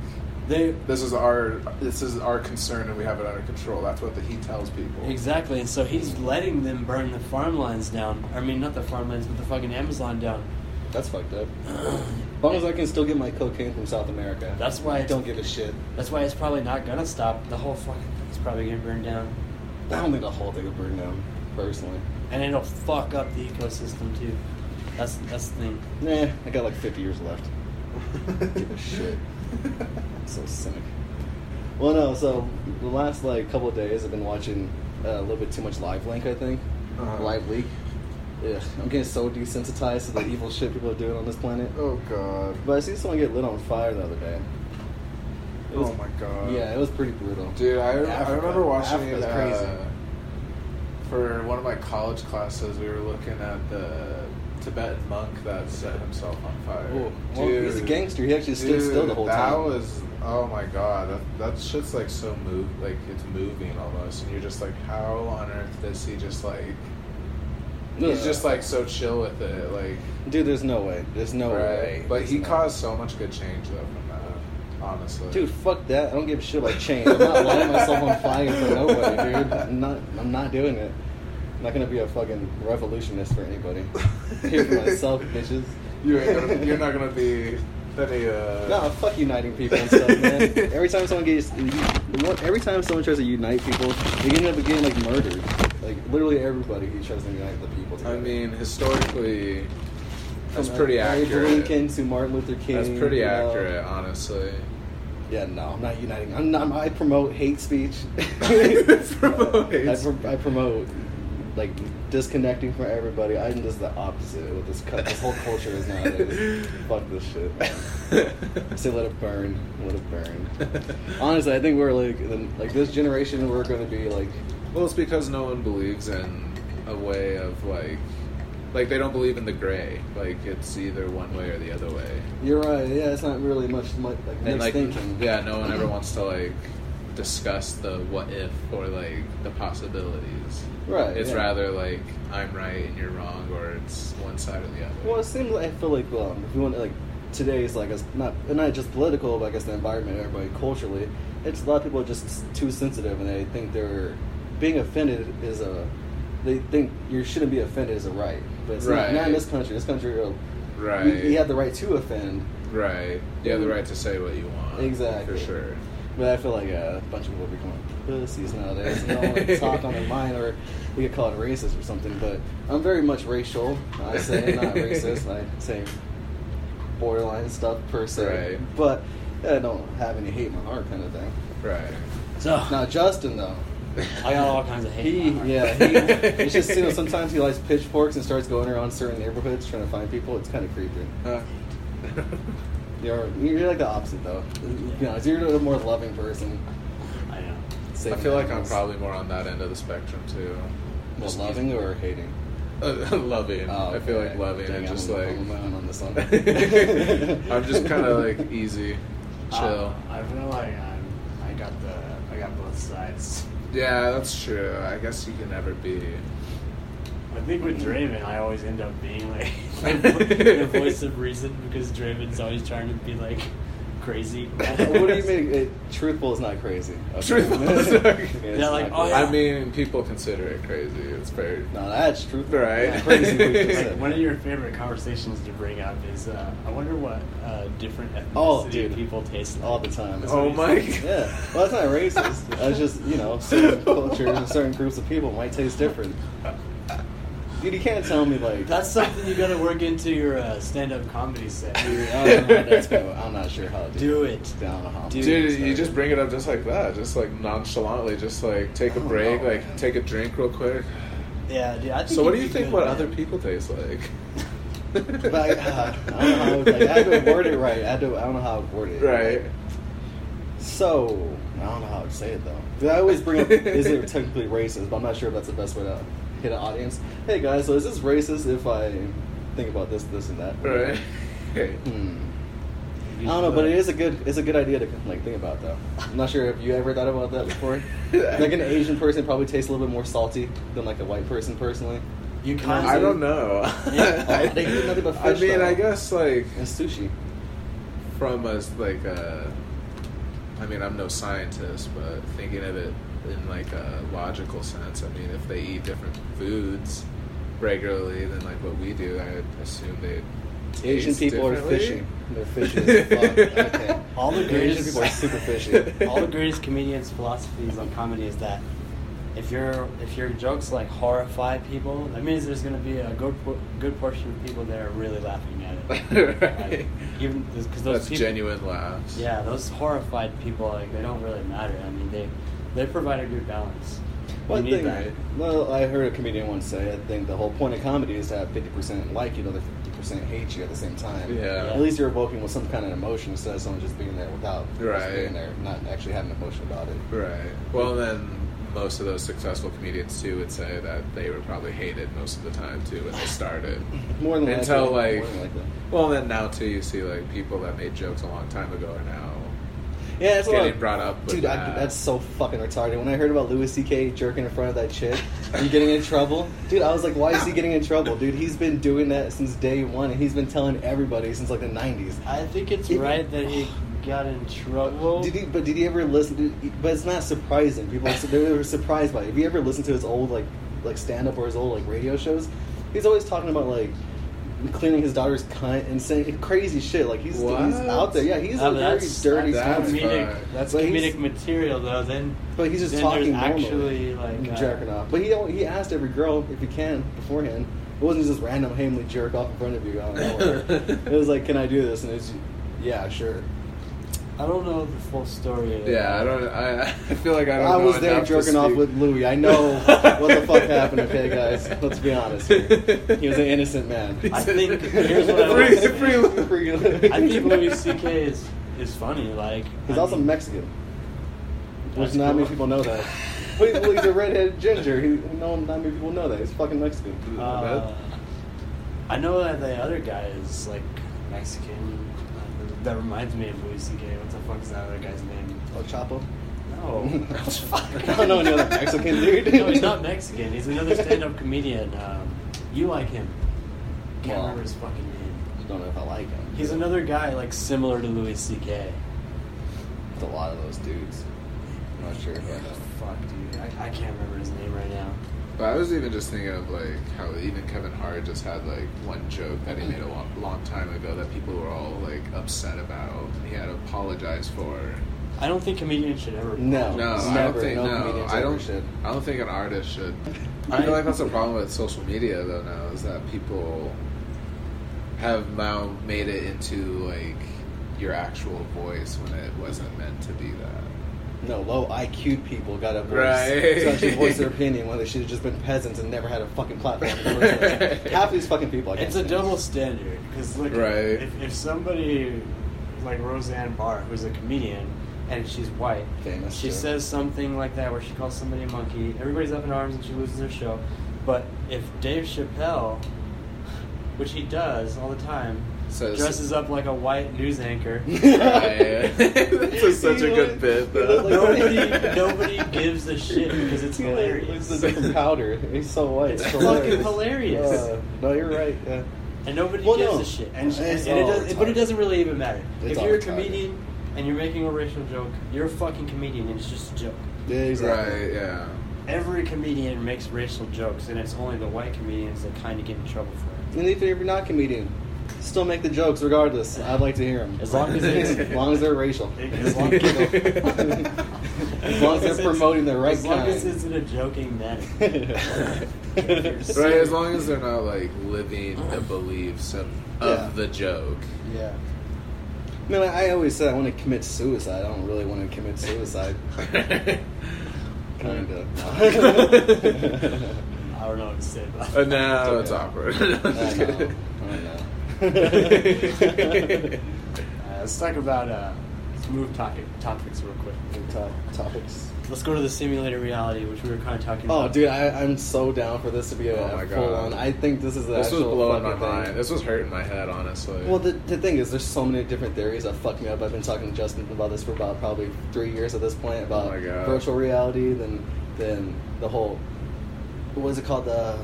Speaker 1: They,
Speaker 3: this is our this is our concern, and we have it under control. That's what the, he tells people.
Speaker 1: Exactly, and so he's letting them burn the farmlands down. I mean, not the farmlands, but the fucking Amazon down.
Speaker 2: That's fucked up. As long as I can still get my cocaine from South America,
Speaker 1: That's why
Speaker 2: I
Speaker 1: it's-
Speaker 2: don't give a shit.
Speaker 1: That's why it's probably not gonna stop. The whole fucking thing's probably gonna burn down,
Speaker 2: I don't think the whole thing will burn down, personally.
Speaker 1: and it'll fuck up the ecosystem too. That's that's the thing.
Speaker 2: Nah, I got like 50 years left. Give a shit. so cynic. Well, no. So the last like couple of days, I've been watching uh, a little bit too much Live Link. I think
Speaker 3: Uh-huh.
Speaker 2: Live Leak. Ugh, I'm getting so desensitized to the evil shit people are doing on this planet.
Speaker 3: Oh god.
Speaker 2: But I seen someone get lit on fire the other day. It was-
Speaker 3: oh my god.
Speaker 2: Yeah, it was pretty brutal.
Speaker 3: Dude, I, I
Speaker 2: Africa.
Speaker 3: remember watching
Speaker 2: Africa's
Speaker 3: it uh,
Speaker 2: crazy.
Speaker 3: for one of my college classes. We were looking at the Tibetan monk that set himself on fire.
Speaker 2: Ooh, well, he's a gangster. He actually stood still the whole
Speaker 3: that
Speaker 2: time.
Speaker 3: was oh my god. That that shit's like so move like it's moving almost, and you're just like, how on earth does he just like? He's
Speaker 2: Ugh.
Speaker 3: just like so chill with it, like
Speaker 2: dude. There's no way. There's no
Speaker 3: right.
Speaker 2: way.
Speaker 3: But
Speaker 2: There's
Speaker 3: he
Speaker 2: no-
Speaker 3: caused so much good change though from that, honestly.
Speaker 2: Dude, fuck that. I don't give a shit about change. I'm not lighting myself on fire for nobody, dude. I'm not. I'm not doing it. I'm not gonna be a fucking revolutionist for anybody. Here for myself, bitches.
Speaker 3: You ain't gonna, you're not gonna be any. Uh,
Speaker 2: Nah, fuck uniting people and stuff, man. every time someone gets, you- what- every time someone tries to unite people, they end up getting like murdered. Like literally everybody who tries to unite the people.
Speaker 3: I
Speaker 2: together.
Speaker 3: mean, historically, that's
Speaker 2: From
Speaker 3: pretty
Speaker 2: Abe
Speaker 3: accurate.
Speaker 2: Lincoln to Martin Luther King.
Speaker 3: That's pretty
Speaker 2: you know.
Speaker 3: accurate, honestly.
Speaker 2: Yeah, no, I'm not uniting. I'm not. I promote hate speech.
Speaker 3: Promote hate
Speaker 2: I, pro- I promote like disconnecting from everybody. I'm just the opposite. With this, cu- this whole culture is nowadays. Fuck this shit. man. I say let it burn. Let it burn. Honestly, I think we're like the, like this generation. We're going to be like
Speaker 3: well, it's because no one believes in a way of like, like they don't believe in the gray. Like it's either one way or the other way.
Speaker 2: you're right. Yeah, it's not really much much like
Speaker 3: And
Speaker 2: mixed
Speaker 3: like,
Speaker 2: thinking.
Speaker 3: yeah, no one ever wants to like discuss the what if or like the possibilities.
Speaker 2: Right.
Speaker 3: It's
Speaker 2: Uh, yeah.
Speaker 3: rather like I'm right and you're wrong, or it's one side or the other.
Speaker 2: Well, it seems like I feel like um, if you want like today's like it's not and not just political, but I guess the environment, everybody culturally, it's a lot of people are just too sensitive and they think they're being offended is a they think you shouldn't be offended is a right, but it's not, not in
Speaker 3: Right.
Speaker 2: this country. This country, you're-
Speaker 3: right.
Speaker 2: you, you have the right to offend,
Speaker 3: Right. You have the right to say what you want.
Speaker 2: Exactly.
Speaker 3: For sure.
Speaker 2: but I feel like uh, a bunch of people are becoming pussies nowadays and don't want to talk on their mind, or we get called racist or something. But I'm very much racial. I say not racist. I say borderline stuff per se,
Speaker 3: Right.
Speaker 2: but I don't have any hate in my heart kind of thing.
Speaker 3: Right.
Speaker 1: So
Speaker 2: Now Justin though,
Speaker 1: I got all kinds of hate.
Speaker 2: he
Speaker 1: in my heart.
Speaker 2: yeah, he, it's just you know sometimes he likes pitchforks and starts going around certain neighborhoods trying to find people. It's kind of creepy.
Speaker 3: Uh,
Speaker 2: You're you're like the opposite though. You know, you're a more loving person.
Speaker 1: I know.
Speaker 3: I
Speaker 2: saving
Speaker 3: feel like I'm
Speaker 2: animals.
Speaker 3: probably more on that end of the spectrum too.
Speaker 2: Well,
Speaker 3: Just-
Speaker 2: loving or hating?
Speaker 3: Uh, loving. I feel like
Speaker 2: Oh, okay.
Speaker 3: loving
Speaker 2: Dang,
Speaker 3: and just
Speaker 2: I'm,
Speaker 3: like
Speaker 2: I'm alone on this one.
Speaker 3: I'm just kind of like easy,
Speaker 2: Ah.
Speaker 3: chill.
Speaker 1: Uh, I feel like I'm, I got the I got both sides.
Speaker 3: yeah, that's true. I guess you can never be.
Speaker 1: I think with Draven, I always end up being like the, vo- the voice of reason because Draven's always trying to be like crazy.
Speaker 2: what do you mean? It, truthful is not crazy. Okay.
Speaker 3: Truthful is not crazy.
Speaker 2: Yeah, it's
Speaker 1: Yeah, like,
Speaker 2: not
Speaker 1: oh,
Speaker 2: crazy.
Speaker 1: yeah.
Speaker 3: I mean, people consider it crazy. It's very
Speaker 2: No, that's truthful.
Speaker 3: Right.
Speaker 2: Not crazy. what you just
Speaker 1: Like
Speaker 2: said.
Speaker 1: one of your favorite conversations to bring up is, uh, I wonder what uh, different ethnicity
Speaker 2: Oh, dude.
Speaker 1: people taste like.
Speaker 2: all the time.
Speaker 1: That's
Speaker 3: Oh
Speaker 1: what
Speaker 3: my
Speaker 1: he said.
Speaker 3: God.
Speaker 2: Yeah, well, that's not racist. That's just you know, certain cultures and certain groups of people might taste different. Dude, you can't tell me like
Speaker 1: That's something you gotta work into your uh, stand-up comedy set.
Speaker 2: Dude, I don't know how that's going. I'm not sure how to do,
Speaker 1: Do it.
Speaker 2: I don't know how.
Speaker 1: Dude,
Speaker 3: Dude, you just bring it up just like that, just like nonchalantly, just like take a
Speaker 2: Oh,
Speaker 3: break,
Speaker 2: no.
Speaker 3: like take a drink real quick.
Speaker 1: Yeah, dude. I think
Speaker 3: So, what do
Speaker 1: you'd
Speaker 3: you
Speaker 1: be
Speaker 3: think?
Speaker 1: good,
Speaker 3: What
Speaker 1: man.
Speaker 3: other people taste like?
Speaker 2: But I, uh, I don't know how. Like, I had to word it right. I had to. I don't know how to word it.
Speaker 3: Right.
Speaker 2: So I don't know how to say it though. 'Cause I always bring up is it technically racist, but I'm not sure if that's the best way to hit an audience. Hey guys, so is this racist if I think about this, this, and that?
Speaker 3: Right.
Speaker 2: Hmm. I don't know, but it is a good it's a good idea to like think about though. I'm not sure if you ever thought about that before. like an Asian person probably tastes a little bit more salty than like a white person personally.
Speaker 1: You
Speaker 2: know what I'm
Speaker 1: kind
Speaker 3: I
Speaker 1: of.
Speaker 3: don't know.
Speaker 1: Yeah.
Speaker 2: Oh, they eat nothing but
Speaker 3: I
Speaker 2: fish,
Speaker 3: mean,
Speaker 2: though.
Speaker 3: I guess like
Speaker 2: And sushi.
Speaker 3: from us, like uh, I mean, I'm no scientist, but thinking of it in like a logical sense, I mean, if they eat different foods regularly than like what we do, I assume they.
Speaker 2: Asian
Speaker 3: taste
Speaker 2: people are
Speaker 3: differently.
Speaker 2: fishy. They're fishy as fuck. Okay.
Speaker 1: All the
Speaker 2: Asian
Speaker 1: greatest-
Speaker 2: people are super fishy.
Speaker 1: All the greatest comedians' philosophies on comedy is that if your if your jokes like horrify people, that means there's gonna be a good por- good portion of people that are really laughing at it.
Speaker 3: Right.
Speaker 1: Like, even because those
Speaker 3: That's
Speaker 1: people,
Speaker 3: genuine laughs.
Speaker 1: Yeah, those horrified people like they don't really matter. I mean, they they provide a good balance.
Speaker 2: Well, I
Speaker 1: you need
Speaker 2: think,
Speaker 1: that.
Speaker 2: well, I heard a comedian once say, I think the whole point of comedy is to have 50% like you, the other 50% hate you at the same time.
Speaker 3: Yeah.
Speaker 2: At least you're evoking with some kind of emotion instead of someone just being there without just
Speaker 3: Right.
Speaker 2: being there, not actually having an emotion about it.
Speaker 3: Right. Well, then most of those successful comedians too would say that they were probably hated most of the time too when they started.
Speaker 2: More than
Speaker 3: Until
Speaker 2: likely,
Speaker 3: like,
Speaker 2: more than likely.
Speaker 3: well, then now too you see like people that made jokes a long time ago are now.
Speaker 2: yeah, that's
Speaker 3: getting
Speaker 2: what,
Speaker 3: brought up with
Speaker 2: Dude, I,
Speaker 3: that.
Speaker 2: that's so fucking retarded. When I heard about Louis C.K. jerking in front of that chick, you getting in trouble, dude. I was like, why is he getting in trouble, dude? He's been doing that since day one, and he's been telling everybody since like the '90s.
Speaker 1: I think it's
Speaker 2: Even-
Speaker 1: right that he got in trouble.
Speaker 2: Did he, but did he ever listen? To, but it's not surprising. People so they were surprised by it. If you ever listen to his old like like stand up or his old like radio shows, he's always talking about like cleaning his daughter's cunt and saying crazy shit. Like he's, he's
Speaker 3: What?
Speaker 2: out there. Yeah, he's
Speaker 1: Oh,
Speaker 2: a
Speaker 1: but
Speaker 2: very
Speaker 1: that's,
Speaker 2: dirty.
Speaker 1: That's
Speaker 3: that's
Speaker 2: guy.
Speaker 1: comedic,
Speaker 3: fine.
Speaker 1: that's
Speaker 2: But he's-
Speaker 1: comedic material, though. Then,
Speaker 2: But he's just
Speaker 1: then
Speaker 2: talking
Speaker 1: there's
Speaker 2: normally.
Speaker 1: actually like uh,
Speaker 2: jerking off. But he don't- he asked every girl if he can beforehand. It wasn't just random hamely jerk off in front of you. Out of nowhere. it was like, can I do this? And it's yeah, sure.
Speaker 1: I don't know the full story. of
Speaker 3: Yeah,
Speaker 1: that.
Speaker 3: I don't. I, I feel like I don't.
Speaker 2: I
Speaker 3: know
Speaker 2: was there
Speaker 3: enough to
Speaker 2: jerking off
Speaker 3: speak.
Speaker 2: with Louis. I know what the fuck happened, okay, guys? Let's be honest. here. He was an innocent man.
Speaker 1: I think- here's what I
Speaker 3: Free-
Speaker 1: would say.
Speaker 3: free Louis.
Speaker 2: Free Louis.
Speaker 1: I think Louis C.K. is is funny. Like
Speaker 2: He's
Speaker 1: I
Speaker 2: also
Speaker 1: mean,
Speaker 2: Mexican, which
Speaker 1: that's
Speaker 2: not many
Speaker 1: cool.
Speaker 2: people know that. But he's- well, he's a redheaded ginger. He, no, not many people know that. He's fucking Mexican.
Speaker 1: Uh, I know that the other guy is like Mexican. That reminds me of Louis C.K. What the fuck is that other guy's name?
Speaker 2: El Oh, Chapo.
Speaker 1: No,
Speaker 2: I don't know any other Mexican dude.
Speaker 1: no, he's not Mexican. He's another stand-up comedian. Um, you like him? Can't
Speaker 2: Wow.
Speaker 1: remember his fucking name.
Speaker 2: Don't know if I like him.
Speaker 1: He's another guy like similar to Louis C.K.
Speaker 2: There's a lot of those dudes. I'm not sure if I know.
Speaker 1: Fuck, dude, I, I can't remember his name right now.
Speaker 3: But I was even just thinking of like how even Kevin Hart just had like one joke that he made a long, long time ago that people were all like upset about and he had to apologize for.
Speaker 1: I don't think comedians should ever.
Speaker 2: No.
Speaker 3: No,
Speaker 1: apologize.
Speaker 2: Oh,
Speaker 3: I
Speaker 2: Never,
Speaker 3: don't think
Speaker 2: no
Speaker 3: no,
Speaker 2: comedians
Speaker 3: I
Speaker 2: ever
Speaker 3: don't.
Speaker 2: should.
Speaker 3: I don't think an artist should. I feel like that's a problem with social media though now is that people have now made it into like your actual voice when it wasn't meant to be that.
Speaker 2: No, low IQ people got a voice
Speaker 3: Right.
Speaker 2: to actually voice their opinion when they should have just been peasants and never had a fucking platform. in the first place. Half these fucking people. I can't
Speaker 1: It's a
Speaker 2: stand.
Speaker 1: double standard because look,
Speaker 3: Right.
Speaker 1: if, if somebody like Roseanne Barr, who's a comedian and she's white,
Speaker 2: Famous,
Speaker 1: she
Speaker 2: yeah.
Speaker 1: says something like that where she calls somebody a monkey. Everybody's up in arms and she loses her show. But if Dave Chappelle, which he does all the time,
Speaker 3: Says-
Speaker 1: dresses up like a white news anchor,
Speaker 3: This is such a good bit, though.
Speaker 1: nobody nobody gives a shit because it's
Speaker 2: Yeah,
Speaker 1: hilarious.
Speaker 2: It's a different powder. He's so white.
Speaker 1: It's
Speaker 2: so
Speaker 1: fucking hilarious.
Speaker 2: Uh, no, you're right. Yeah.
Speaker 1: and nobody
Speaker 2: Well,
Speaker 1: gives
Speaker 2: no.
Speaker 1: a shit. And,
Speaker 2: It's
Speaker 1: and it
Speaker 2: all
Speaker 1: does, but it
Speaker 2: retarded.
Speaker 1: doesn't really even matter.
Speaker 2: It's
Speaker 1: if
Speaker 2: all
Speaker 1: you're a
Speaker 2: retarded.
Speaker 1: comedian, and you're making a racial joke, you're a fucking comedian and it's just a joke.
Speaker 2: Yeah, exactly.
Speaker 3: Right, yeah.
Speaker 1: Every comedian makes racial jokes and it's only the white comedians that kind of get in trouble for it.
Speaker 2: And even if you're not a comedian, still make the jokes regardless. I'd like to hear them.
Speaker 1: As long as
Speaker 3: it's-
Speaker 2: as long as they're racial.
Speaker 1: As long as-
Speaker 2: As long as they're
Speaker 1: it's-
Speaker 2: promoting the right
Speaker 1: As long as
Speaker 2: kind.
Speaker 1: it's in a joking manner.
Speaker 3: Right, as long as they're not like living the beliefs of,
Speaker 2: Yeah.
Speaker 3: of the joke.
Speaker 1: Yeah.
Speaker 2: I mean, I I always said I want to commit suicide. I don't really want to commit suicide. Kind of.
Speaker 1: I don't know what to say about
Speaker 3: Uh,
Speaker 1: that.
Speaker 3: no, it's awkward.
Speaker 2: I know. I know.
Speaker 1: Uh, let's talk about uh, let's move topic topics real quick.
Speaker 2: Good top, topics.
Speaker 1: Let's go to the simulated reality, which we were kind of talking
Speaker 2: Oh,
Speaker 1: about.
Speaker 2: dude, I, I'm so down for this to be a
Speaker 3: Oh my God.
Speaker 2: full on. I think this is the
Speaker 3: this was
Speaker 2: actual
Speaker 3: blowing my
Speaker 2: fucking
Speaker 3: mind.
Speaker 2: thing.
Speaker 3: This was hurting my head, honestly.
Speaker 2: Well, the, the thing is, there's so many different theories that fuck me up. I've been talking to Justin about this for about probably three years at this point
Speaker 1: Oh
Speaker 2: about
Speaker 3: my God.
Speaker 2: virtual reality, then then the whole what is it called the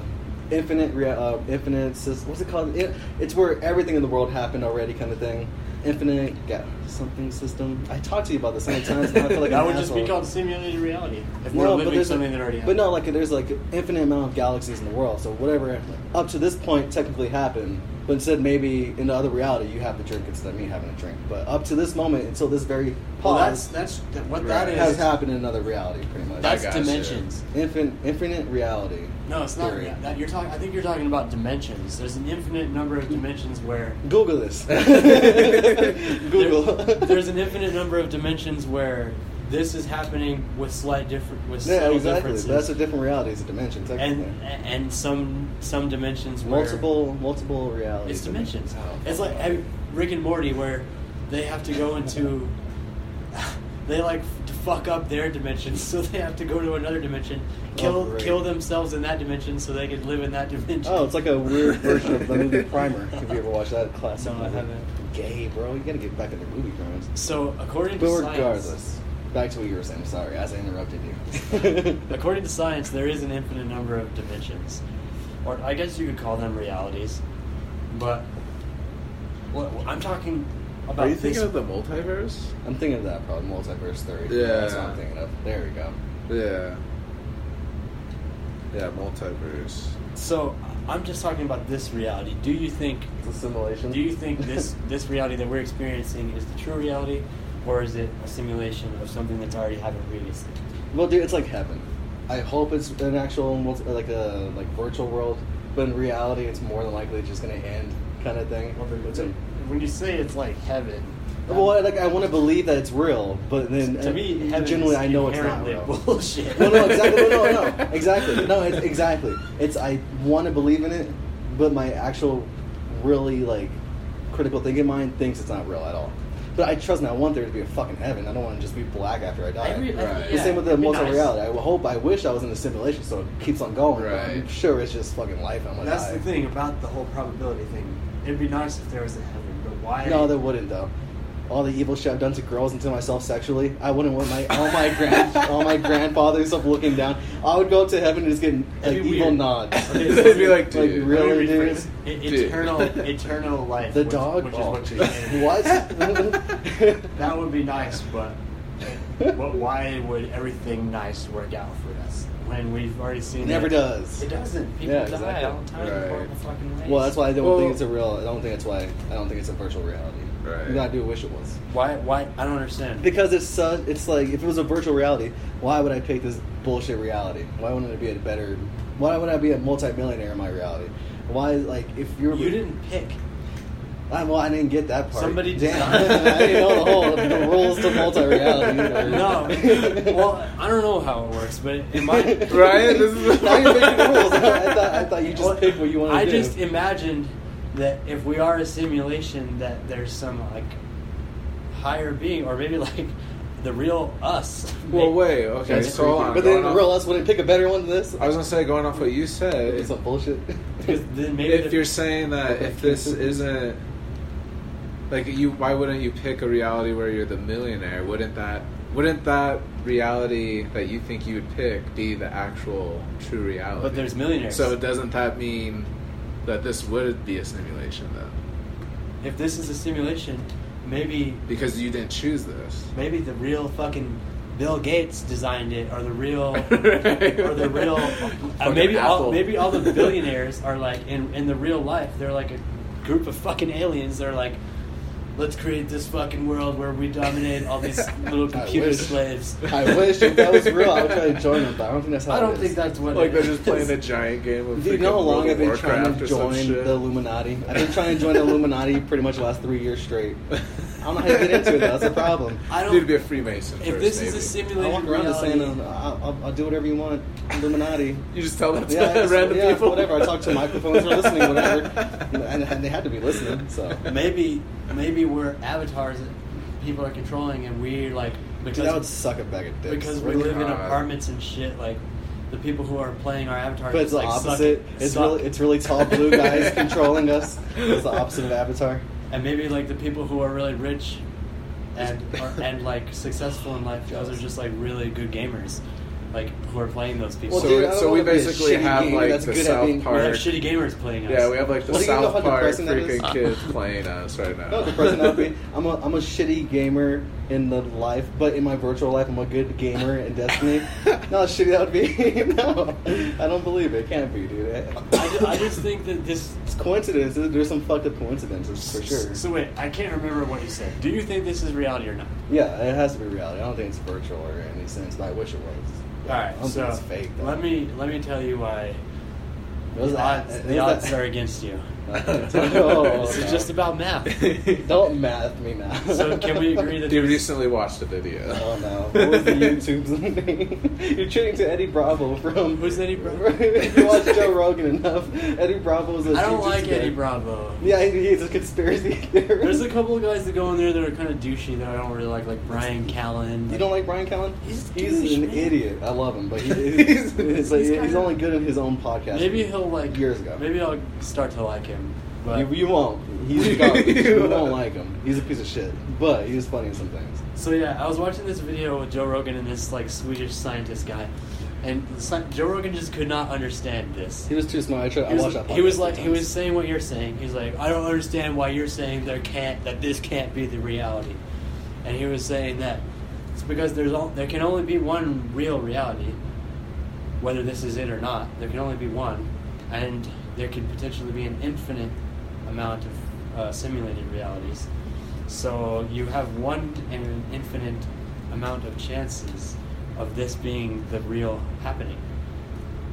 Speaker 2: infinite rea- uh, infinite sys- what's it called? It, it's where everything in the world happened already, kind of thing. Infinite yeah, something system. I talked to you about this many times. And I feel like
Speaker 1: that
Speaker 2: an
Speaker 1: would just be
Speaker 2: asshole.
Speaker 1: called simulated reality. If
Speaker 2: No,
Speaker 1: we're
Speaker 2: but
Speaker 1: living
Speaker 2: there's
Speaker 1: something
Speaker 2: a,
Speaker 1: that already happened.
Speaker 2: But no, like there's like an infinite amount of galaxies in the world. So whatever up to this point technically happened, but instead maybe in the other reality you have the drink instead of me having a drink. But up to this moment, until this very
Speaker 1: well, that's
Speaker 2: pause,
Speaker 1: that's that, what
Speaker 3: Right.
Speaker 1: that is.
Speaker 2: has happened in another reality, pretty much.
Speaker 1: That's
Speaker 3: I gotcha.
Speaker 1: dimensions.
Speaker 2: Infinite, infinite reality.
Speaker 1: No, it's not.
Speaker 2: theory.
Speaker 1: That, you're talking. I think you're talking about dimensions. There's an infinite number of dimensions where
Speaker 2: Google this. Google.
Speaker 1: There's, there's an infinite number of dimensions where this is happening with slight different with
Speaker 2: yeah,
Speaker 1: subtle
Speaker 2: exactly.
Speaker 1: differences.
Speaker 2: That's a different reality. It's a dimension, technically.
Speaker 1: and and some some dimensions where
Speaker 2: multiple, multiple realities.
Speaker 1: it's dimensions.
Speaker 2: Oh,
Speaker 1: It's like
Speaker 2: fuck.
Speaker 1: every- Rick and Morty where they have to go into they like f- to fuck up their dimension, so they have to go to another dimension,
Speaker 2: Oh,
Speaker 1: kill
Speaker 2: great.
Speaker 1: kill themselves in that dimension, so they can live in that dimension.
Speaker 2: Oh, it's like a weird version of the movie Primer. If you ever watched that classic,
Speaker 1: No, I
Speaker 2: movie.
Speaker 1: haven't.
Speaker 2: Gay, bro, you gotta get back in the movie grounds.
Speaker 1: So according
Speaker 2: But
Speaker 1: to science,
Speaker 2: regardless, back to what you were saying. Sorry, as I interrupted you.
Speaker 1: according to science, there is an infinite number of dimensions, or I guess you could call them realities. But what, I'm talking about
Speaker 3: Are you
Speaker 1: this
Speaker 3: thinking of the multiverse?
Speaker 2: I'm thinking of that probably multiverse theory.
Speaker 3: Yeah.
Speaker 2: that's what I'm thinking of. There we go.
Speaker 3: Yeah. Yeah, multiverse.
Speaker 1: So I'm just talking about this reality. Do you think
Speaker 2: It's a simulation.
Speaker 1: do you think this this reality that we're experiencing is the true reality, or is it a simulation of something that's already happened previously?
Speaker 2: Well, dude, it's like heaven. I hope it's an actual multi- like a like virtual world, but in reality, it's more than likely just gonna end kind of thing.
Speaker 1: So when you say it's like heaven,
Speaker 2: Well, like I want to believe that it's real, but then
Speaker 1: to me,
Speaker 2: uh,
Speaker 1: heaven
Speaker 2: generally
Speaker 1: is
Speaker 2: I know it's not
Speaker 1: inherently
Speaker 2: real.
Speaker 1: bullshit.
Speaker 2: No, no, exactly. No, no, no, exactly. No, it's exactly. It's I want to believe in it, but my actual, really like, critical thinking mind thinks it's not real at all. But I trust and I want there to be a fucking heaven. I don't want to just be black after I die.
Speaker 1: Every-
Speaker 3: I- Right.
Speaker 2: The
Speaker 3: yeah,
Speaker 2: same with the
Speaker 1: it'd be
Speaker 2: multi
Speaker 1: nice.
Speaker 2: reality. I hope, I wish I was in a simulation, so it keeps on going. but I'm
Speaker 3: Right.
Speaker 2: sure it's just fucking life. I'm gonna
Speaker 1: That's
Speaker 2: die.
Speaker 1: the thing about the whole probability thing. It'd be nice if there was a heaven, but why?
Speaker 2: No, there wouldn't though. All the evil shit I've done to girls and to myself sexually, I wouldn't want my all my grand all my grandfathers stuff looking down. I would go up to heaven and just get like
Speaker 1: That'd be
Speaker 2: evil
Speaker 1: weird.
Speaker 2: nods.
Speaker 1: Okay, so They'd be
Speaker 3: like, dude.
Speaker 2: really,
Speaker 1: Let me
Speaker 2: dude?
Speaker 1: rephrase it.
Speaker 3: Dude.
Speaker 1: eternal, eternal life.
Speaker 2: The
Speaker 1: which,
Speaker 2: dog?
Speaker 1: which
Speaker 2: Oh.
Speaker 1: is what you're saying.
Speaker 2: what?
Speaker 1: That would be nice, but but why would everything nice work out for us when we've already seen
Speaker 2: It never
Speaker 1: it?
Speaker 2: does.
Speaker 1: It doesn't. People
Speaker 2: Yeah,
Speaker 1: die
Speaker 2: exactly.
Speaker 1: all the time in
Speaker 3: Right.
Speaker 1: horrible fucking ways.
Speaker 2: Well, that's why I don't
Speaker 3: Well-
Speaker 2: think it's a real. I don't think it's why. I don't think it's a virtual reality.
Speaker 3: Right.
Speaker 2: You gotta do wish it was.
Speaker 1: Why? Why? I don't understand.
Speaker 2: Because it's such, it's like if it was a virtual reality, why would I pick this bullshit reality? Why wouldn't it be a better? Why would I be a multimillionaire in my reality? Why like if you're
Speaker 1: you didn't pick.
Speaker 2: I, well, I didn't get that part.
Speaker 1: Somebody
Speaker 2: damn,
Speaker 1: designed-
Speaker 2: I didn't know the whole the rules to multi-reality. either.
Speaker 1: No. well, I don't know how it works, but in my
Speaker 3: Ryan, this is-
Speaker 2: now you're making the rules. I thought, I thought you just
Speaker 1: Well,
Speaker 2: picked what you wanted
Speaker 1: I
Speaker 2: to do.
Speaker 1: just imagined that if we are a simulation, that there's some like higher being, or maybe like the real us.
Speaker 3: Well, wait, okay,
Speaker 2: That's
Speaker 3: so
Speaker 2: creepy.
Speaker 3: I'm
Speaker 2: but then
Speaker 3: going off-
Speaker 2: real us wouldn't pick a better one than this.
Speaker 3: I was gonna say, going off what you said,
Speaker 2: it's some bullshit.
Speaker 1: Because then maybe
Speaker 3: if
Speaker 1: the-
Speaker 3: you're saying that if this isn't like you, why wouldn't you pick a reality where you're the millionaire? Wouldn't that wouldn't that reality that you think you would pick be the actual true reality?
Speaker 1: but there's millionaires.
Speaker 3: So doesn't that mean that this would be a simulation then?
Speaker 1: if this is a simulation, maybe
Speaker 3: because you didn't choose this.
Speaker 1: maybe the real fucking Bill Gates designed it, or the real,
Speaker 3: Right.
Speaker 1: or the real. uh,
Speaker 3: Fucking
Speaker 1: maybe all
Speaker 3: Apple.
Speaker 1: maybe all the billionaires are like in in the real life. They're like a group of fucking aliens. They're like, let's create this fucking world where we dominate all these little
Speaker 2: I
Speaker 1: computer
Speaker 2: wish.
Speaker 1: slaves.
Speaker 2: I wish if that was real, I would try to join them, but I don't think that's how
Speaker 1: I
Speaker 2: it
Speaker 1: don't
Speaker 2: is.
Speaker 1: think that's what.
Speaker 3: Like
Speaker 1: it
Speaker 3: they're just playing
Speaker 1: is.
Speaker 3: a giant game of.
Speaker 2: Do you
Speaker 3: freaking
Speaker 2: know how long
Speaker 3: World
Speaker 2: I've
Speaker 3: of
Speaker 2: been trying
Speaker 3: Warcraft
Speaker 2: to
Speaker 3: or some
Speaker 2: join
Speaker 3: shit?
Speaker 2: the Illuminati? I've been trying to join the Illuminati pretty much the last three years straight. I don't know how to get into it. though. That's a problem.
Speaker 1: I don't.
Speaker 3: Need to be a Freemason.
Speaker 1: if
Speaker 3: first,
Speaker 1: this
Speaker 3: maybe.
Speaker 1: is a
Speaker 2: I
Speaker 1: simulated
Speaker 2: walk around just
Speaker 1: reality,
Speaker 2: saying, um, I'll, I'll, I'll do whatever you want, Illuminati.
Speaker 3: you just tell that to
Speaker 2: Yeah, I just-
Speaker 3: random
Speaker 2: yeah,
Speaker 3: people.
Speaker 2: whatever. I talk to microphones, they're listening, whatever. And, and they had to be listening, so.
Speaker 1: maybe maybe we're avatars that people are controlling, and we like because
Speaker 2: Dude, that would suck a bag of dicks.
Speaker 1: because we
Speaker 3: really
Speaker 1: live in
Speaker 3: hard.
Speaker 1: apartments and shit. Like the people who are playing our avatars,
Speaker 2: But it's the
Speaker 1: like, suck-
Speaker 2: opposite. it's
Speaker 1: suck.
Speaker 2: really it's really tall blue guys controlling us. It's the opposite of Avatar.
Speaker 1: and maybe like the people who are really rich and are, and like successful in life, those are just like really good gamers, like who are playing those people.
Speaker 2: Well,
Speaker 3: so
Speaker 1: So
Speaker 2: dude, I don't
Speaker 3: so
Speaker 2: wanna be
Speaker 3: we
Speaker 2: a
Speaker 3: basically
Speaker 2: shitty
Speaker 3: have
Speaker 2: gamer
Speaker 3: like
Speaker 2: that's
Speaker 3: the
Speaker 2: good at
Speaker 3: South
Speaker 2: being- We
Speaker 1: we
Speaker 3: Park.
Speaker 1: have shitty gamers playing us.
Speaker 3: yeah, we have like the
Speaker 2: Well, do you know
Speaker 3: South
Speaker 2: how
Speaker 3: Park
Speaker 2: depressing that is?
Speaker 3: freaking kids playing us right now.
Speaker 2: No, the personality. I'm a I'm a shitty gamer in the life, but in my virtual life, I'm a good gamer in Destiny. no, shitty that would be. no, I don't believe it. Can't be, dude.
Speaker 1: I ju- I just think that this
Speaker 2: it's coincidence. There's some fucked up coincidences for sure.
Speaker 1: So wait, I can't remember what you said. Do you think this is reality or not?
Speaker 2: Yeah, it has to be reality. I don't think it's virtual or any sense. But I wish it was.
Speaker 1: All
Speaker 2: I
Speaker 1: right,
Speaker 2: don't
Speaker 1: so
Speaker 2: think it's fake. Though.
Speaker 1: let me let me tell you why
Speaker 2: It was
Speaker 1: the
Speaker 2: that-
Speaker 1: odds,
Speaker 2: it
Speaker 1: the
Speaker 2: was
Speaker 1: odds
Speaker 2: that-
Speaker 1: are against you.
Speaker 2: Oh,
Speaker 1: this
Speaker 2: no.
Speaker 1: is just about math.
Speaker 2: Don't math me now.
Speaker 1: So can we agree that-
Speaker 3: You recently watched a video.
Speaker 2: Oh no! What was the YouTube's name? You're cheating to Eddie Bravo from.
Speaker 1: Who's Eddie Bravo?
Speaker 2: if you watch Joe Rogan enough, Eddie Bravo's a.
Speaker 1: I don't
Speaker 2: YouTube's
Speaker 1: like
Speaker 2: guy.
Speaker 1: Eddie Bravo.
Speaker 2: Yeah, he- he's a conspiracy theorist.
Speaker 1: There's a couple of guys that go in there that are kind of douchey that I don't really like, like Brian Callen.
Speaker 2: You don't like Brian Callen?
Speaker 1: He's a douche,
Speaker 2: an
Speaker 1: man.
Speaker 2: idiot. I love him, but he,
Speaker 3: He's-
Speaker 2: he's, he's, like-
Speaker 1: he's
Speaker 2: he's
Speaker 1: kinda-
Speaker 2: only good in his own podcast.
Speaker 1: Maybe he'll like
Speaker 2: years ago.
Speaker 1: Maybe I'll start to like him. But
Speaker 2: you, you won't. He's garbage. you won't like him. He's a piece of shit. But he's funny in some things.
Speaker 1: So yeah, I was watching this video with Joe Rogan and this like Swedish scientist guy, and the sci- Joe Rogan just could not understand this.
Speaker 2: He was too smart. I, tried,
Speaker 1: He was,
Speaker 2: I watched that.
Speaker 1: he was
Speaker 2: podcast
Speaker 1: like, he
Speaker 2: sometimes.
Speaker 1: was saying what you're saying. He's like, I don't understand why you're saying there can't that this can't be the reality, and he was saying that it's because there's all, there can only be one real reality, whether this is it or not. There can only be one, and there could potentially be an infinite amount of uh, simulated realities. So you have one and an infinite amount of chances of this being the real happening.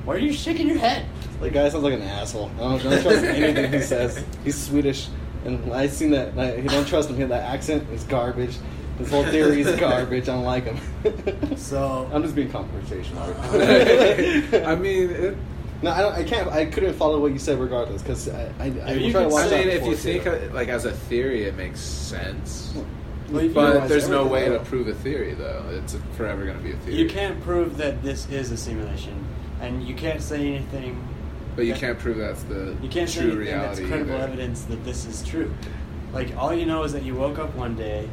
Speaker 1: Why are you shaking your head?
Speaker 2: The guy sounds like an asshole. I don't, don't trust anything he says. He's Swedish, and I seen that. and I, you don't trust him. He- That accent is garbage. His whole theory is garbage. I don't like him.
Speaker 1: So-
Speaker 2: I'm just being confrontational.
Speaker 3: I mean, it,
Speaker 2: no, I, don't, I can't. I couldn't follow what you said, regardless, because I, I, I
Speaker 1: you
Speaker 2: try
Speaker 1: could-
Speaker 2: to watch
Speaker 3: I
Speaker 2: that
Speaker 3: mean, if
Speaker 2: before,
Speaker 3: you think
Speaker 2: too.
Speaker 3: of, like as a theory, it makes sense.
Speaker 1: Well, you
Speaker 3: But
Speaker 2: realize
Speaker 3: there's no
Speaker 2: everything,
Speaker 3: way
Speaker 2: though.
Speaker 3: to prove a theory, though. It's forever going to be a theory.
Speaker 1: You can't prove that this is a simulation, and you can't say anything.
Speaker 3: But you
Speaker 1: that-
Speaker 3: can't prove that's the
Speaker 1: You can't say
Speaker 3: true
Speaker 1: anything that's
Speaker 3: reality.
Speaker 1: credible
Speaker 3: either.
Speaker 1: evidence that this is true. Like all you know is that you woke up one day.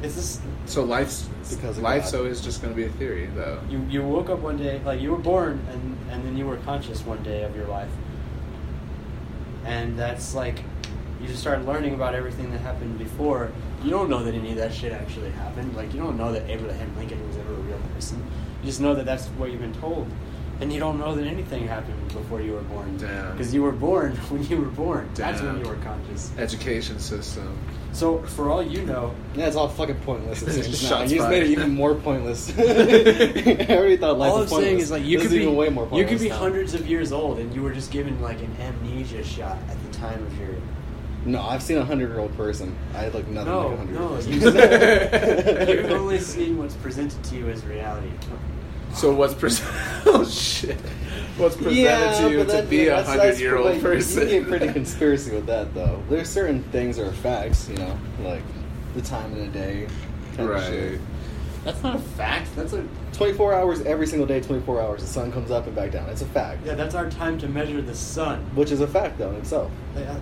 Speaker 1: It's this.
Speaker 3: So life's
Speaker 2: Because of
Speaker 3: life's
Speaker 2: God.
Speaker 3: always just going to be a theory, though.
Speaker 1: You you woke up one day, like you were born, and and then you were conscious one day of your life. And that's like, you just start learning about everything that happened before. You don't know that any of that shit actually happened. Like you don't know that Abraham Lincoln was ever a real person. You just know that that's what you've been told, and you don't know that anything happened before you were born.
Speaker 3: Damn.
Speaker 1: Because you were born when you were born. That's when
Speaker 3: Damn.
Speaker 1: you were conscious.
Speaker 3: Education system.
Speaker 1: So for all you know,
Speaker 2: Yeah, it's all fucking pointless. It's just
Speaker 3: Shots
Speaker 2: now. You just
Speaker 3: fired.
Speaker 2: made it even more pointless. I already thought life
Speaker 1: all I'm
Speaker 2: was pointless.
Speaker 1: saying is like you
Speaker 2: this
Speaker 1: could
Speaker 2: is
Speaker 1: be
Speaker 2: even way more
Speaker 1: you
Speaker 2: pointless
Speaker 1: could be
Speaker 2: now.
Speaker 1: hundreds of years old and you were just given like an amnesia shot at the time of your.
Speaker 2: No, I've seen a hundred year old person. I look nothing
Speaker 1: No,
Speaker 2: like a hundred year
Speaker 1: no,
Speaker 2: old person.
Speaker 1: you- You've only seen what's presented to you as reality.
Speaker 3: So what's presented? oh shit! What's presented to you
Speaker 2: but
Speaker 3: to
Speaker 2: that-
Speaker 3: be a
Speaker 2: that's- that's
Speaker 3: hundred year old
Speaker 2: pretty-
Speaker 3: person?
Speaker 2: You get pretty conspiracy with that, though. There's certain things that are facts, you know, like the time of the day, kind Of
Speaker 3: right?
Speaker 2: shit.
Speaker 1: That's not a fact. That's a
Speaker 2: 24 hours every single day, 24 hours. The sun comes up and back down. It's a fact.
Speaker 1: yeah. That's our time to measure the sun.
Speaker 2: Which is a fact, though, in itself.
Speaker 1: Like, uh,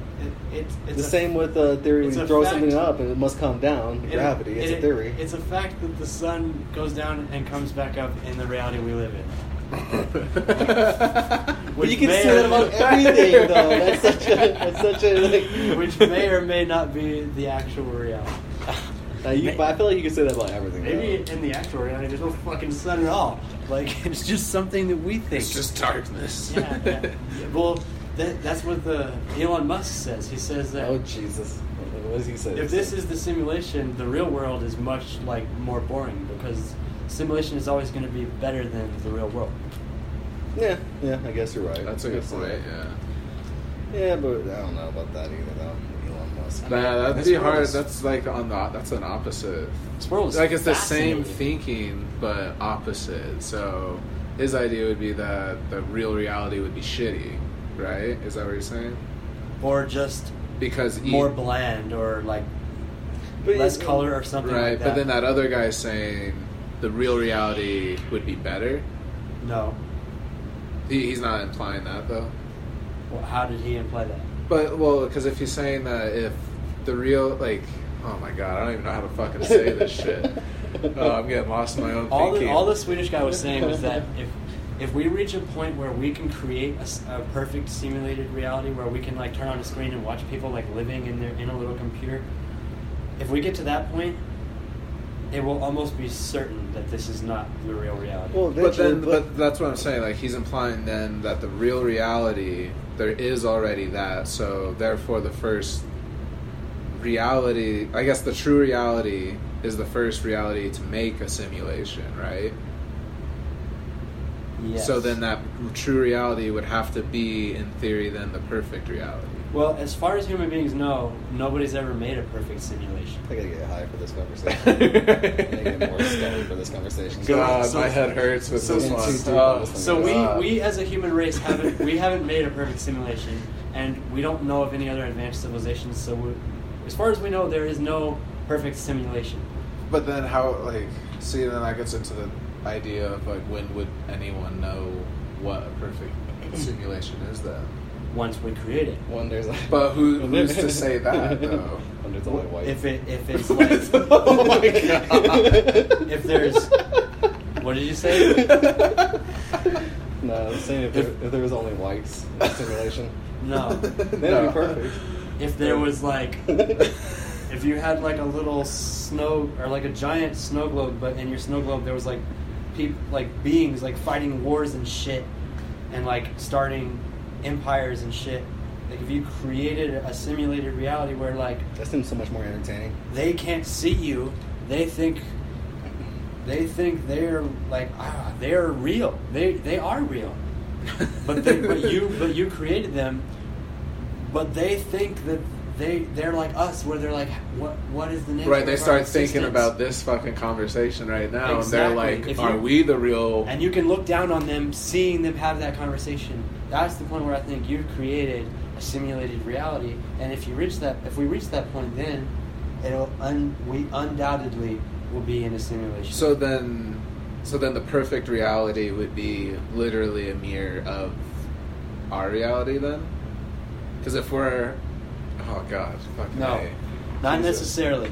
Speaker 1: it- it's- it's
Speaker 2: the
Speaker 1: a-
Speaker 2: same with the theory when
Speaker 1: it's
Speaker 2: you
Speaker 1: a
Speaker 2: throw
Speaker 1: fact.
Speaker 2: something up and it must come down,
Speaker 1: it-
Speaker 2: gravity. It's
Speaker 1: it-
Speaker 2: a theory.
Speaker 1: It's a fact that the sun goes down and comes back up in the reality we live in.
Speaker 2: But you
Speaker 1: Which
Speaker 2: can
Speaker 1: may
Speaker 2: say
Speaker 1: or-
Speaker 2: that about everything, though. That's such a. That's such a. Like,
Speaker 1: Which may or may not be the actual reality.
Speaker 2: Now you, but I feel like you can say that about everything.
Speaker 1: Maybe
Speaker 3: uh,
Speaker 2: though.
Speaker 1: in the actual reality, there's no fucking sun at all. Like it's just something that we think.
Speaker 4: It's just darkness.
Speaker 1: yeah, yeah. Yeah, Well, that, that's what the Elon Musk says. He says that
Speaker 2: Oh Jesus! What does he say?
Speaker 1: if this is the simulation, the real world is much like more boring because simulation is always going to be better than the real world.
Speaker 2: Yeah, yeah. I guess you're right.
Speaker 3: That's a good
Speaker 2: That's-
Speaker 3: point. Yeah.
Speaker 2: Yeah, but I don't know about that either, though. Elon Musk.
Speaker 3: Nah, that'd
Speaker 1: This
Speaker 3: be
Speaker 1: world
Speaker 3: hard.
Speaker 1: is-
Speaker 3: That's like on the that's an opposite.
Speaker 1: This world is
Speaker 3: Like it's the same
Speaker 1: fascinating.
Speaker 3: thinking but opposite. So his idea would be that the real reality would be shitty, right? Is that what you're saying?
Speaker 1: or just
Speaker 3: Because e-
Speaker 1: more bland, or like
Speaker 2: But uh,
Speaker 1: less
Speaker 2: it-
Speaker 1: color, or something.
Speaker 3: right?
Speaker 1: like that.
Speaker 3: But then that other guy's saying the real reality would be better.
Speaker 1: no.
Speaker 3: He, he's not implying that though.
Speaker 1: Well, how did he imply that?
Speaker 3: But well, because if he's saying that if the real like, oh my god, I don't even know how to fucking say this shit. Oh, I'm getting lost in my own
Speaker 1: all the,
Speaker 3: thinking.
Speaker 1: all the Swedish guy was saying was that if if we reach a point where we can create a, s- a perfect simulated reality where we can like turn on a screen and watch people like living in their in a little computer, if we get to that point, it will almost be certain that this is not the real reality.
Speaker 2: Well,
Speaker 3: But then,
Speaker 2: eventually,
Speaker 3: but that's what I'm saying. Like he's implying then that the real reality there is already that. So therefore, the first reality, I guess, the true reality is the first reality to make a simulation, right?
Speaker 1: Yes.
Speaker 3: So then, that true reality would have to be, in theory, then the perfect reality.
Speaker 1: well, as far as human beings know, nobody's ever made a perfect simulation.
Speaker 2: I gotta get high for this conversation. I gotta get more stoned for this conversation.
Speaker 1: God, So- my head
Speaker 3: hurts
Speaker 1: with so- this Oh,
Speaker 2: one.
Speaker 1: So we, we as a human race haven't we haven't made a perfect simulation, and we don't know of any other advanced civilizations. So, we, as far as we know, there is no perfect simulation.
Speaker 3: But then how like see then that gets into the idea of like when would anyone know what a perfect simulation is then?
Speaker 1: Once we create it,
Speaker 2: Wonders.
Speaker 3: But who- who's to say that, though?
Speaker 2: Wonders only white.
Speaker 1: if it if it's like
Speaker 2: oh my god!
Speaker 1: If there's- what did you say?
Speaker 2: No, I'm saying if,
Speaker 1: If-
Speaker 2: there, if there was only whites in the simulation,
Speaker 1: No,
Speaker 2: that'd
Speaker 3: No.
Speaker 2: be perfect.
Speaker 1: if there was like if you had like a little snow or like a giant snow globe, but in your snow globe there was like peop- like beings like fighting wars and shit, and like starting empires and shit. Like if you created a simulated reality where like
Speaker 2: that seems so much more entertaining.
Speaker 1: they can't see you, they think they think they're like ah they're real. They they are real, but they, but you but you created them, but they think that. They they're like us, where they're like, what what is the nature?
Speaker 3: Right, they
Speaker 1: of our
Speaker 3: start thinking
Speaker 1: existence?"
Speaker 3: about this fucking conversation right
Speaker 1: Exactly.
Speaker 3: now, and they're like,
Speaker 1: If
Speaker 3: "Are
Speaker 1: you-
Speaker 3: we the real?"
Speaker 1: And you can look down on them, seeing them have that conversation. That's the point where I think you've created a simulated reality. And if you reach that, if we reach that point, then it'll un, we undoubtedly will be in a simulation.
Speaker 3: so then, so then the perfect reality would be literally a mirror of our reality then, because if we're, oh god, fucking
Speaker 1: No,
Speaker 3: A.
Speaker 1: not
Speaker 3: Jesus.
Speaker 1: necessarily.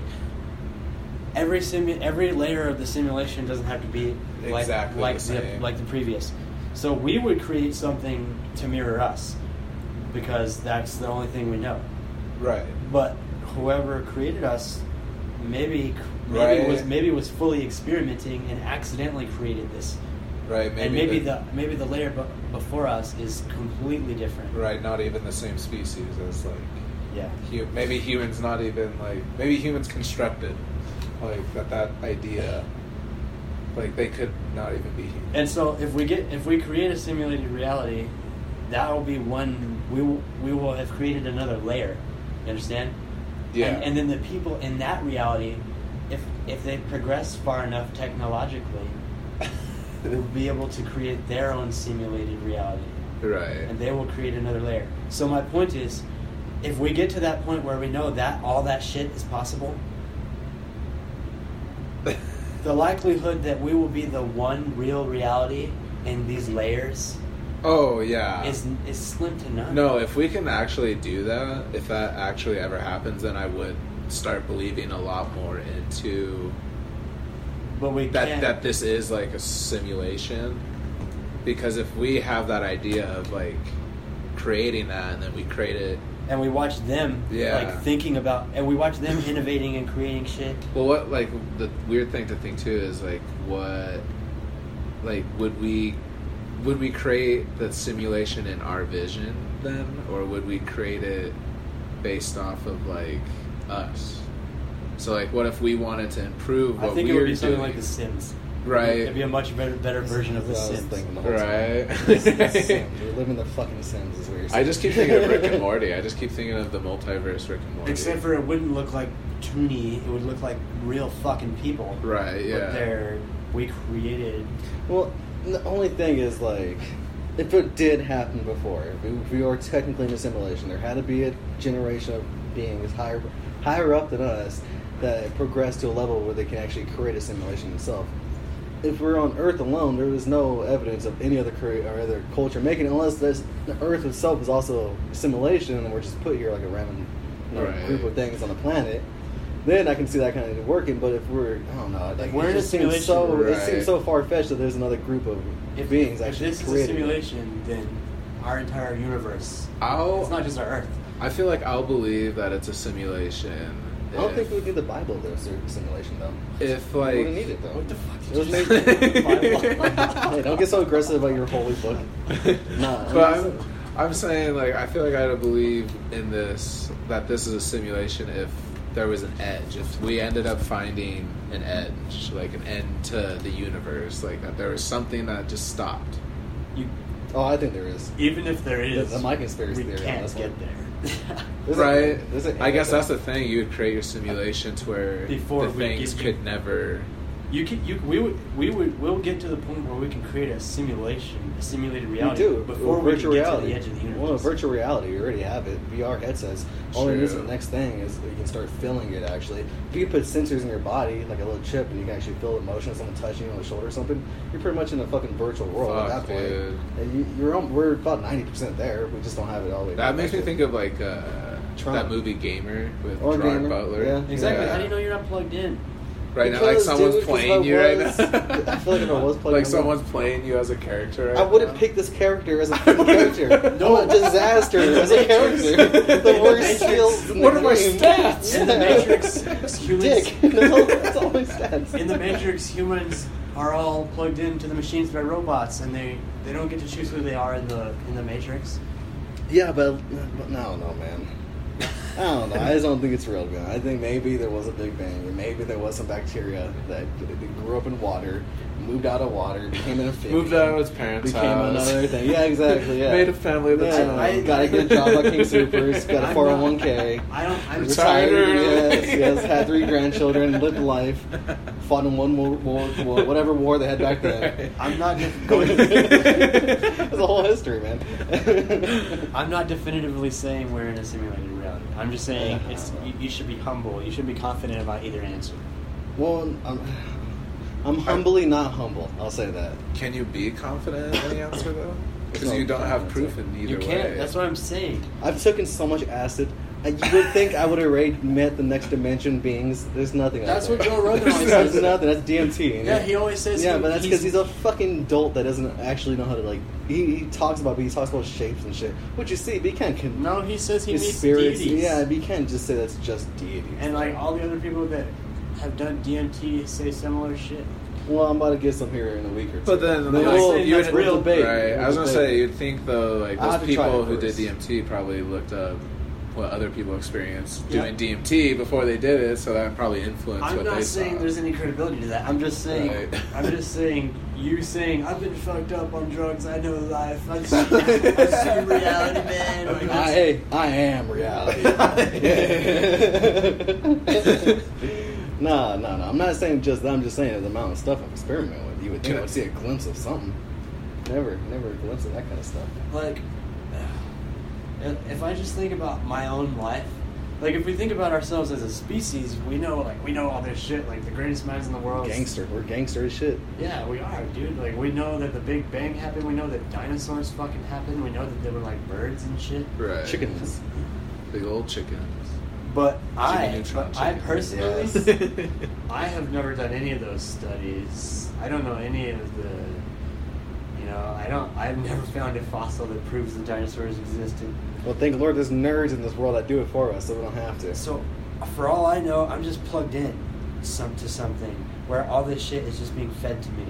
Speaker 1: Every simu- every layer of the simulation doesn't have to be like
Speaker 3: Exactly
Speaker 1: like
Speaker 3: the same.
Speaker 1: like the previous. So we would create something to mirror us, because that's the only thing we know.
Speaker 3: Right.
Speaker 1: But whoever created us, maybe maybe
Speaker 3: Right.
Speaker 1: was maybe was fully experimenting and accidentally created this.
Speaker 3: Right. Maybe
Speaker 1: and maybe
Speaker 3: the-
Speaker 1: the maybe the layer b- before us is completely different.
Speaker 3: right, not even the same species as like
Speaker 1: Yeah.
Speaker 3: hu- maybe humans not even like maybe humans constructed like that that idea like they could not even be human.
Speaker 1: And so if we get if we create a simulated reality, that will be one we will, we will have created another layer. You understand?
Speaker 3: Yeah.
Speaker 1: And, and then the people in that reality, if if they progress far enough technologically, will be able to create their own simulated reality.
Speaker 3: right.
Speaker 1: and they will create another layer. So my point is, if we get to that point where we know that all that shit is possible, the likelihood that we will be the one real reality in these layers
Speaker 3: oh yeah.
Speaker 1: is is slim to none.
Speaker 3: no, if we can actually do that, if that actually ever happens, then I would start believing a lot more into
Speaker 1: but we
Speaker 3: that
Speaker 1: can't.
Speaker 3: that this is like a simulation because if we have that idea of like creating that and then we create it
Speaker 1: and we watch them
Speaker 3: Yeah.
Speaker 1: like thinking about and we watch them innovating and creating shit
Speaker 3: Well, what like the weird thing to think too is like what, like would we, would we create the simulation in our vision then, or would we create it based off of like us? So like, what if we wanted to improve? What
Speaker 1: I think it
Speaker 3: we
Speaker 1: would
Speaker 3: are
Speaker 1: be something
Speaker 3: doing?
Speaker 1: like The Sims.
Speaker 3: Right.
Speaker 1: It'd be a much better, better version of The
Speaker 2: That's what I was
Speaker 1: Sims.
Speaker 2: thinking the whole time.
Speaker 3: Right.
Speaker 2: Sims. You're living the fucking Sims is what you're saying.
Speaker 3: I just keep thinking of Rick and Morty. I just keep thinking of the multiverse Rick and Morty.
Speaker 1: Except for it wouldn't look like Toonie. It would look like real fucking people.
Speaker 3: right, yeah.
Speaker 1: But they're we created.
Speaker 2: Well, the only thing is like, if it did happen before, if we, if we are technically in a simulation, there had to be a generation of beings higher higher up than us that progressed to a level where they can actually create a simulation itself. If we're on Earth alone, there is no evidence of any other cre- or other culture making it, unless this, the Earth itself is also a simulation, and we're just put here like a random you know,
Speaker 3: Right.
Speaker 2: group of things on the planet. Then I can see that kind of working, but if we're I don't know, like
Speaker 1: We're
Speaker 2: it
Speaker 1: in a
Speaker 2: just
Speaker 1: simulation.
Speaker 2: seems so it
Speaker 3: Right.
Speaker 2: seems so far fetched that there's another group of
Speaker 1: If
Speaker 2: beings
Speaker 1: if
Speaker 2: actually
Speaker 1: this is a
Speaker 2: created. it.
Speaker 1: simulation, then our entire universe.
Speaker 3: I'll-
Speaker 1: It's not just our Earth.
Speaker 3: I feel like I'll believe that it's a simulation.
Speaker 2: I don't think
Speaker 3: if-
Speaker 2: we need the Bible to a simulation though.
Speaker 3: If
Speaker 2: we
Speaker 3: like
Speaker 2: wouldn't need it though.
Speaker 1: What the fuck?
Speaker 2: It was
Speaker 1: did
Speaker 2: made.
Speaker 1: you say?
Speaker 2: hey, don't get so aggressive about your holy book. Nah,
Speaker 3: but
Speaker 2: I mean,
Speaker 3: I'm, I'm saying like I feel like I had to believe in this that this is a simulation if there was an edge if we ended up finding an edge like an end to the universe like that there was something that just stopped
Speaker 1: You,
Speaker 2: Oh, I think there is.
Speaker 1: even if there is,
Speaker 2: That's my conspiracy
Speaker 1: we
Speaker 2: theory on
Speaker 1: can't
Speaker 2: this
Speaker 1: get
Speaker 2: one.
Speaker 1: there.
Speaker 2: There's a-
Speaker 3: right
Speaker 2: there's a-
Speaker 3: I guess that's the thing you would create your simulation to where
Speaker 1: Before
Speaker 3: the
Speaker 1: we
Speaker 3: things
Speaker 1: get-
Speaker 3: could never
Speaker 1: You can you we would we would we'll get to the point where we can create a simulation, a simulated
Speaker 2: We
Speaker 1: reality
Speaker 2: do
Speaker 1: before
Speaker 2: Well,
Speaker 1: we can get to the edge of the universe.
Speaker 2: Well, virtual reality, we already have it. VR headsets. All it
Speaker 3: True.
Speaker 2: needs is the next thing is that you can start feeling it. Actually, if you can put sensors in your body, like a little chip, and you can actually feel the motion, someone touching you on the shoulder or something, you're pretty much in a fucking virtual world at
Speaker 3: Fuck,
Speaker 2: that point.
Speaker 3: dude.
Speaker 2: And you, you're on, we're about ninety percent there. We just don't have it all the way.
Speaker 3: that makes me think
Speaker 2: of
Speaker 3: of like uh,
Speaker 2: Tron.
Speaker 3: that movie Gamer with
Speaker 2: Or
Speaker 3: Gerard
Speaker 2: Gamer,
Speaker 3: Butler
Speaker 2: yeah.
Speaker 1: Exactly.
Speaker 2: Yeah.
Speaker 1: How do you know you're not plugged in?
Speaker 3: right now like someone's playing you right now
Speaker 2: I feel like if I was playing,
Speaker 3: like
Speaker 2: I'm
Speaker 3: someone's playing you as a character. Right
Speaker 2: I wouldn't
Speaker 3: now.
Speaker 2: pick this character as a
Speaker 3: I
Speaker 2: fucking
Speaker 3: wouldn't-
Speaker 2: character.
Speaker 1: No.
Speaker 2: No, a disaster as a character. The worst skills. in the
Speaker 3: What are my
Speaker 2: game.
Speaker 3: stats?
Speaker 1: In the Matrix, humans-
Speaker 2: Dick. No, that's all my stats.
Speaker 1: In the Matrix, humans are all plugged into the machines by robots, and they they don't get to choose who they are in the in the Matrix.
Speaker 2: Yeah, but, but I don't know, man. I don't know. I just don't think it's real, man. I think maybe there was a Big Bang, and maybe there was some bacteria that, that grew up in water, moved out of water, became an amphibian,
Speaker 3: Moved out of its parents'
Speaker 2: became
Speaker 3: house.
Speaker 2: another thing. Yeah, exactly. Yeah,
Speaker 3: Made a family of its
Speaker 2: Yeah,
Speaker 1: own. I-
Speaker 2: gotta get a job like King Supers.
Speaker 1: I'm
Speaker 2: Got a
Speaker 1: not-
Speaker 2: four hundred one k.
Speaker 1: I don't. I'm
Speaker 3: Retired
Speaker 2: retired.
Speaker 3: early.
Speaker 2: Yes, yes. Had three grandchildren. Lived life. Fought in one world war, war whatever war they had back then.
Speaker 1: I'm not just going.
Speaker 2: That's a whole history, man.
Speaker 1: I'm not definitively saying we're in a simulated reality. I'm just saying it's you, you should be humble. You should be confident about either answer.
Speaker 2: well, I'm, I'm humbly not humble. I'll say that.
Speaker 3: Can you be confident in the answer though? Because
Speaker 2: No,
Speaker 3: you don't have
Speaker 2: that's
Speaker 3: proof
Speaker 2: it.
Speaker 3: in either
Speaker 1: You can't.
Speaker 3: way.
Speaker 1: That's what I'm saying.
Speaker 2: I've taken so much acid. I, you would think I would have already met the next dimension beings. There's nothing. out
Speaker 1: That's what
Speaker 2: there.
Speaker 1: Joe Rogan
Speaker 2: There's
Speaker 1: always says.
Speaker 2: nothing. That's DMT. you know?
Speaker 1: Yeah, he always says.
Speaker 2: Yeah,
Speaker 1: he-
Speaker 2: but that's because he's a fucking dolt that doesn't actually know how to like. He, he talks about, but he talks about shapes and shit. What you see, but he can't. Con-
Speaker 1: No, he says he
Speaker 2: his
Speaker 1: meets
Speaker 2: spirits.
Speaker 1: deities.
Speaker 2: Yeah, but you can't just say that's just deities.
Speaker 1: And like all the other people that have done DMT say similar shit.
Speaker 2: well, I'm about to get some here in a week or two.
Speaker 3: But then,
Speaker 1: like,
Speaker 2: we'll-
Speaker 1: saying that's
Speaker 2: we'll
Speaker 1: real
Speaker 2: debate.
Speaker 3: Right. I
Speaker 2: We'll
Speaker 3: was gonna
Speaker 2: debate.
Speaker 3: say you'd think though, like
Speaker 2: I'll
Speaker 3: those
Speaker 2: have to try
Speaker 3: people
Speaker 2: it
Speaker 3: who did
Speaker 2: first.
Speaker 3: DMT probably looked up what other people experienced
Speaker 1: Yeah.
Speaker 3: doing DMT before they did it, so that probably influenced
Speaker 1: I'm
Speaker 3: what
Speaker 1: not
Speaker 3: they
Speaker 1: saying
Speaker 3: saw.
Speaker 1: there's any credibility to that. I'm just saying.
Speaker 3: Right.
Speaker 1: I'm just saying. You saying I've been fucked up on drugs. I know life. I've seen, I've seen reality, man. Like,
Speaker 2: I,
Speaker 1: that's-
Speaker 2: hey, I am reality. no, no, no. I'm not saying just that. I'm just saying the amount of stuff I've experimented with. You would think I would see a glimpse of something. Never, never a glimpse of that kind of stuff.
Speaker 1: like if if I just think about my own life, like if we think about ourselves as a species, we know like we know all this shit. Like the greatest minds in the world.
Speaker 2: Gangster. We're gangster as shit.
Speaker 1: Yeah, we are, dude. Like we know that the Big Bang happened. We know that dinosaurs fucking happened. We know that they were like birds and shit.
Speaker 3: right.
Speaker 2: Chickens.
Speaker 3: Big old chickens.
Speaker 1: But I,
Speaker 3: Neutron
Speaker 1: but I
Speaker 3: chicken.
Speaker 1: personally,
Speaker 2: Yes.
Speaker 1: I have never done any of those studies. I don't know any of the, you know, know, I don't. I've never found a fossil that proves the dinosaurs existed.
Speaker 2: Well, thank Lord there's nerds in this world that do it for us, so we don't have to.
Speaker 1: So, for all I know, I'm just plugged in some to something where all this shit is just being fed to me,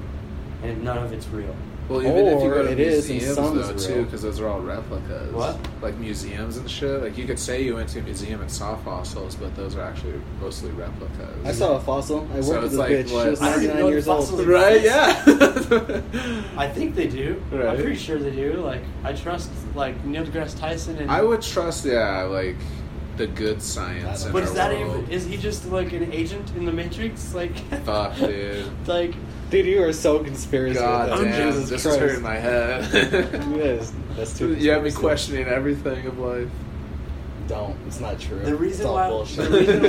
Speaker 1: and none of it's real.
Speaker 3: Well, even if you
Speaker 2: Or
Speaker 3: go to
Speaker 2: it is, and
Speaker 3: museums
Speaker 2: some's
Speaker 3: though
Speaker 2: real.
Speaker 3: too, because those are all replicas.
Speaker 1: What?
Speaker 3: Like museums and shit. Like you could say you went to a museum and saw fossils, but those are actually mostly replicas.
Speaker 2: I saw a fossil. I worked
Speaker 3: So
Speaker 2: with
Speaker 3: it's
Speaker 2: this
Speaker 3: like,
Speaker 2: bitch.
Speaker 3: what?
Speaker 2: She was
Speaker 3: I don't even
Speaker 2: 99
Speaker 1: know
Speaker 2: years
Speaker 1: what fossils
Speaker 2: old.
Speaker 1: are.
Speaker 3: Right? Yeah.
Speaker 1: I think they do. I'm
Speaker 3: Right.
Speaker 1: pretty sure they do. Like, I trust like Neil deGrasse Tyson and.
Speaker 3: I would trust, yeah, like the good science.
Speaker 2: I don't
Speaker 3: In
Speaker 1: But
Speaker 3: our
Speaker 1: is that
Speaker 3: world.
Speaker 1: even, is he just like an agent in the Matrix? Like,
Speaker 3: Fuck, dude.
Speaker 1: like,
Speaker 2: Dude, you are so conspiracy.
Speaker 3: God
Speaker 2: with that.
Speaker 1: I'm
Speaker 3: damn,
Speaker 1: Jesus
Speaker 3: this
Speaker 2: Christ.
Speaker 3: is hurting my head.
Speaker 2: Yes, that's too.
Speaker 3: you have me
Speaker 2: conspiracy.
Speaker 3: questioning everything of life.
Speaker 2: Don't. It's not true.
Speaker 1: The reason
Speaker 2: it's all
Speaker 1: why-
Speaker 2: Bullshit.
Speaker 1: the reason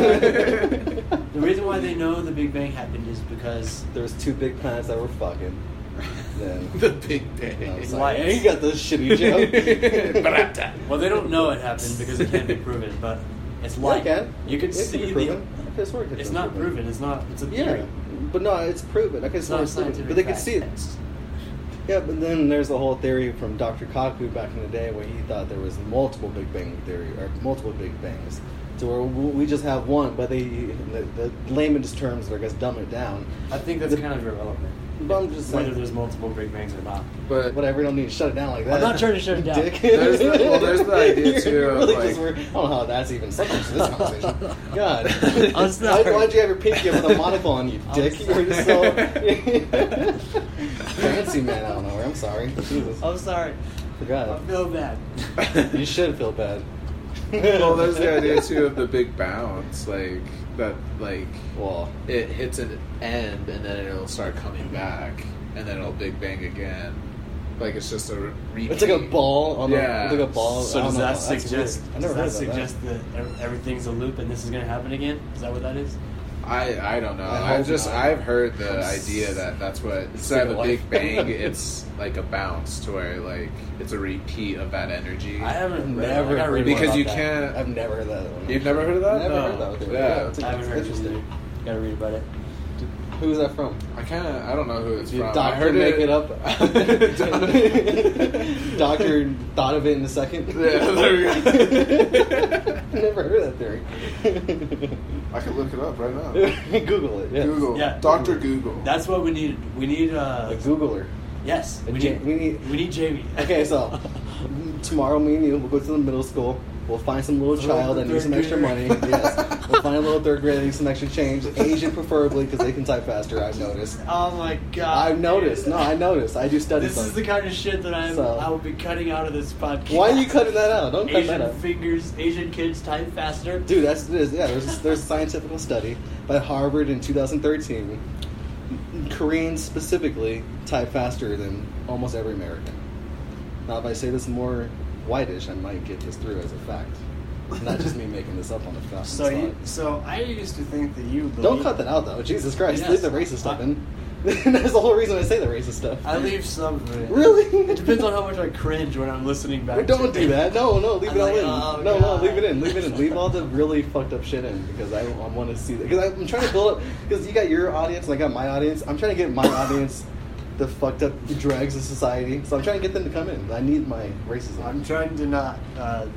Speaker 3: why-
Speaker 1: the reason why they know the Big Bang happened is because
Speaker 2: there was two big planets that were fucking. Then.
Speaker 3: the Big
Speaker 2: And I
Speaker 3: Bang.
Speaker 2: was
Speaker 1: Why?
Speaker 2: like, "Hey, you got this shitty joke.
Speaker 1: Well, they don't know it happened because it can't be proven, but it's
Speaker 2: Why
Speaker 1: like
Speaker 2: can
Speaker 1: you can
Speaker 2: It
Speaker 1: see
Speaker 2: be
Speaker 1: the.
Speaker 2: proven. It's, work,
Speaker 1: It's not proven. It's not. It's a theory.
Speaker 2: Yeah, but no, it's proven. I can
Speaker 1: It's not a
Speaker 2: proven.
Speaker 1: scientific.
Speaker 2: But they can
Speaker 1: fact.
Speaker 2: see it. Yeah, but then there's the whole theory from Dr. Kaku back in the day where he thought there was multiple Big Bang theory or multiple Big Bangs, to where w- we just have one. But they, the, the layman's terms, I guess, dumb it down.
Speaker 1: I think that's
Speaker 2: The-
Speaker 1: kind of irrelevant.
Speaker 2: But I'm just
Speaker 1: Whether
Speaker 2: saying-
Speaker 1: there's multiple Big Bangs or not.
Speaker 3: But
Speaker 2: Whatever, you don't need to shut it down like that.
Speaker 1: I'm not trying to shut it down.
Speaker 2: Dick.
Speaker 3: There's the- well, there's the idea,
Speaker 2: You're
Speaker 3: too, of,
Speaker 2: really
Speaker 3: like-
Speaker 2: just wor- I don't know how that's even subject to this conversation. God,
Speaker 1: I'm sorry.
Speaker 2: Why, why'd you have your pinky up with a monocle on you,
Speaker 1: I'm
Speaker 2: Dick? You're just so
Speaker 1: sorry.
Speaker 2: fancy, man. I don't know. I'm sorry. Jesus,
Speaker 1: I'm sorry. I
Speaker 2: forgot.
Speaker 1: feel bad.
Speaker 2: You should feel bad.
Speaker 3: well, there's the idea too of the big bounce, like that, like
Speaker 2: Well,
Speaker 3: it hits an end and then it'll start coming back, and then it'll big bang again. Like it's just a re- repeat.
Speaker 2: it's like a ball on
Speaker 3: Yeah.
Speaker 2: a, it's like a ball.
Speaker 1: So
Speaker 2: I don't
Speaker 1: does
Speaker 2: know.
Speaker 1: that
Speaker 2: That's
Speaker 1: suggest?
Speaker 2: weird. I
Speaker 1: Does
Speaker 2: never
Speaker 1: that
Speaker 2: heard about
Speaker 1: suggest that ev- everything's a loop and this is gonna happen again? Is that what that is?
Speaker 3: I I don't know.
Speaker 2: I
Speaker 3: I
Speaker 2: hope
Speaker 3: have just
Speaker 2: not.
Speaker 3: I've heard the
Speaker 2: I'm s-
Speaker 3: idea that that's what
Speaker 2: sick
Speaker 3: instead of
Speaker 2: of
Speaker 3: a
Speaker 2: life.
Speaker 3: big bang, it's like a bounce to where like it's a repeat of that energy.
Speaker 1: I
Speaker 2: I've
Speaker 1: haven't read-
Speaker 2: never
Speaker 1: I gotta read
Speaker 2: heard
Speaker 1: more
Speaker 3: Because
Speaker 1: about
Speaker 3: you
Speaker 1: that.
Speaker 3: can't-
Speaker 2: I've never heard that one.
Speaker 3: You've never heard of that?
Speaker 2: Never
Speaker 3: No.
Speaker 2: heard that one.
Speaker 3: Yeah.
Speaker 2: it's
Speaker 1: I haven't heard of it
Speaker 2: interesting.
Speaker 1: either. Gotta read about it.
Speaker 2: Who's that from?
Speaker 3: I kind of I don't know who it's
Speaker 2: Did
Speaker 3: from.
Speaker 2: doctor
Speaker 3: I heard
Speaker 2: make it,
Speaker 3: it,
Speaker 2: up? doctor thought of it in a second.
Speaker 3: Yeah, there we go.
Speaker 2: Never heard of that theory.
Speaker 3: I could look it up right now.
Speaker 2: Google it. Yes.
Speaker 3: Google.
Speaker 1: Yeah.
Speaker 3: Doctor Google.
Speaker 1: That's what we need. We need.
Speaker 2: A
Speaker 1: Uh,
Speaker 2: Googler.
Speaker 1: Yes,
Speaker 2: A
Speaker 1: we
Speaker 2: Ja-
Speaker 1: need,
Speaker 2: we need-
Speaker 1: we need Jamie.
Speaker 2: Okay, so tomorrow me and you will go to the middle school. We'll find some little
Speaker 1: Throw
Speaker 2: child
Speaker 1: the
Speaker 2: that needs some
Speaker 1: third
Speaker 2: extra money.
Speaker 1: grader.
Speaker 2: Yes, we'll find a little third grader that needs some extra change. Asian preferably because they can type faster. I've noticed.
Speaker 1: oh my god!
Speaker 2: I've noticed.
Speaker 1: dude.
Speaker 2: No, I noticed. I do study.
Speaker 1: This
Speaker 2: some.
Speaker 1: is the kind of shit that I'm.
Speaker 2: So-
Speaker 1: I will be cutting out of this podcast.
Speaker 2: Why are you cutting that out? Don't cut
Speaker 1: Asian
Speaker 2: that out.
Speaker 1: fingers, Asian kids type faster.
Speaker 2: Dude, that's it is. Yeah, there's there's a scientific study by Harvard in 2013. Koreans specifically type faster than almost every American. Now, if I say this more whitish, I might get this through as a fact. Not just me making this up on the fact.
Speaker 1: So you, so I used to think that you. Believe,
Speaker 2: don't cut that out though. Jesus Christ,
Speaker 1: Yes.
Speaker 2: leave the racist stuff in. that's the whole reason I say the racist stuff.
Speaker 1: I leave some of it.
Speaker 2: Really?
Speaker 1: It depends on how much I cringe when I'm listening back.
Speaker 2: Don't
Speaker 1: to
Speaker 2: do that. No, no, leave it
Speaker 1: I'm
Speaker 2: all
Speaker 1: like,
Speaker 2: in.
Speaker 1: oh,
Speaker 2: no,
Speaker 1: God.
Speaker 2: no, leave it in. Leave it in. Leave all the really fucked up shit in because I, I want to see that. Because I'm trying to build up. Because you got your audience and I got my audience. I'm trying to get my audience the fucked up dregs of society. So I'm trying to get them to come in. I need my racism.
Speaker 1: I'm trying to not uh,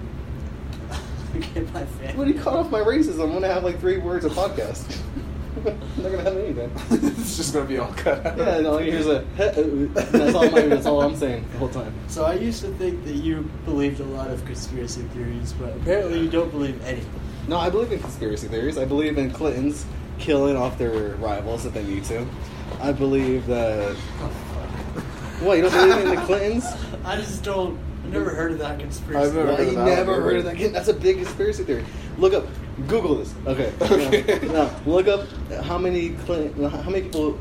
Speaker 1: get my fan.
Speaker 2: What do you cut off my racism? I'm gonna have like three words a podcast. I'm not gonna have anything.
Speaker 3: it's just gonna be all cut. out.
Speaker 2: Yeah, no. Here's a. That's all. My, that's all I'm saying the whole time.
Speaker 1: So I used to think that you believed a lot of conspiracy theories, but apparently you don't believe any.
Speaker 2: No, I believe in conspiracy theories. I believe in Clintons killing off their rivals if they need to. I believe that. What you don't believe in the Clintons?
Speaker 1: I just don't. I've never heard of that conspiracy.
Speaker 3: I've never
Speaker 2: Well,
Speaker 3: heard of
Speaker 2: you
Speaker 3: that
Speaker 2: never
Speaker 3: one,
Speaker 2: heard
Speaker 3: dude.
Speaker 2: of that. Again, That's a big conspiracy theory. Look up, Google this. Okay.
Speaker 3: Okay.
Speaker 2: No, no, look up how many Clinton, how many people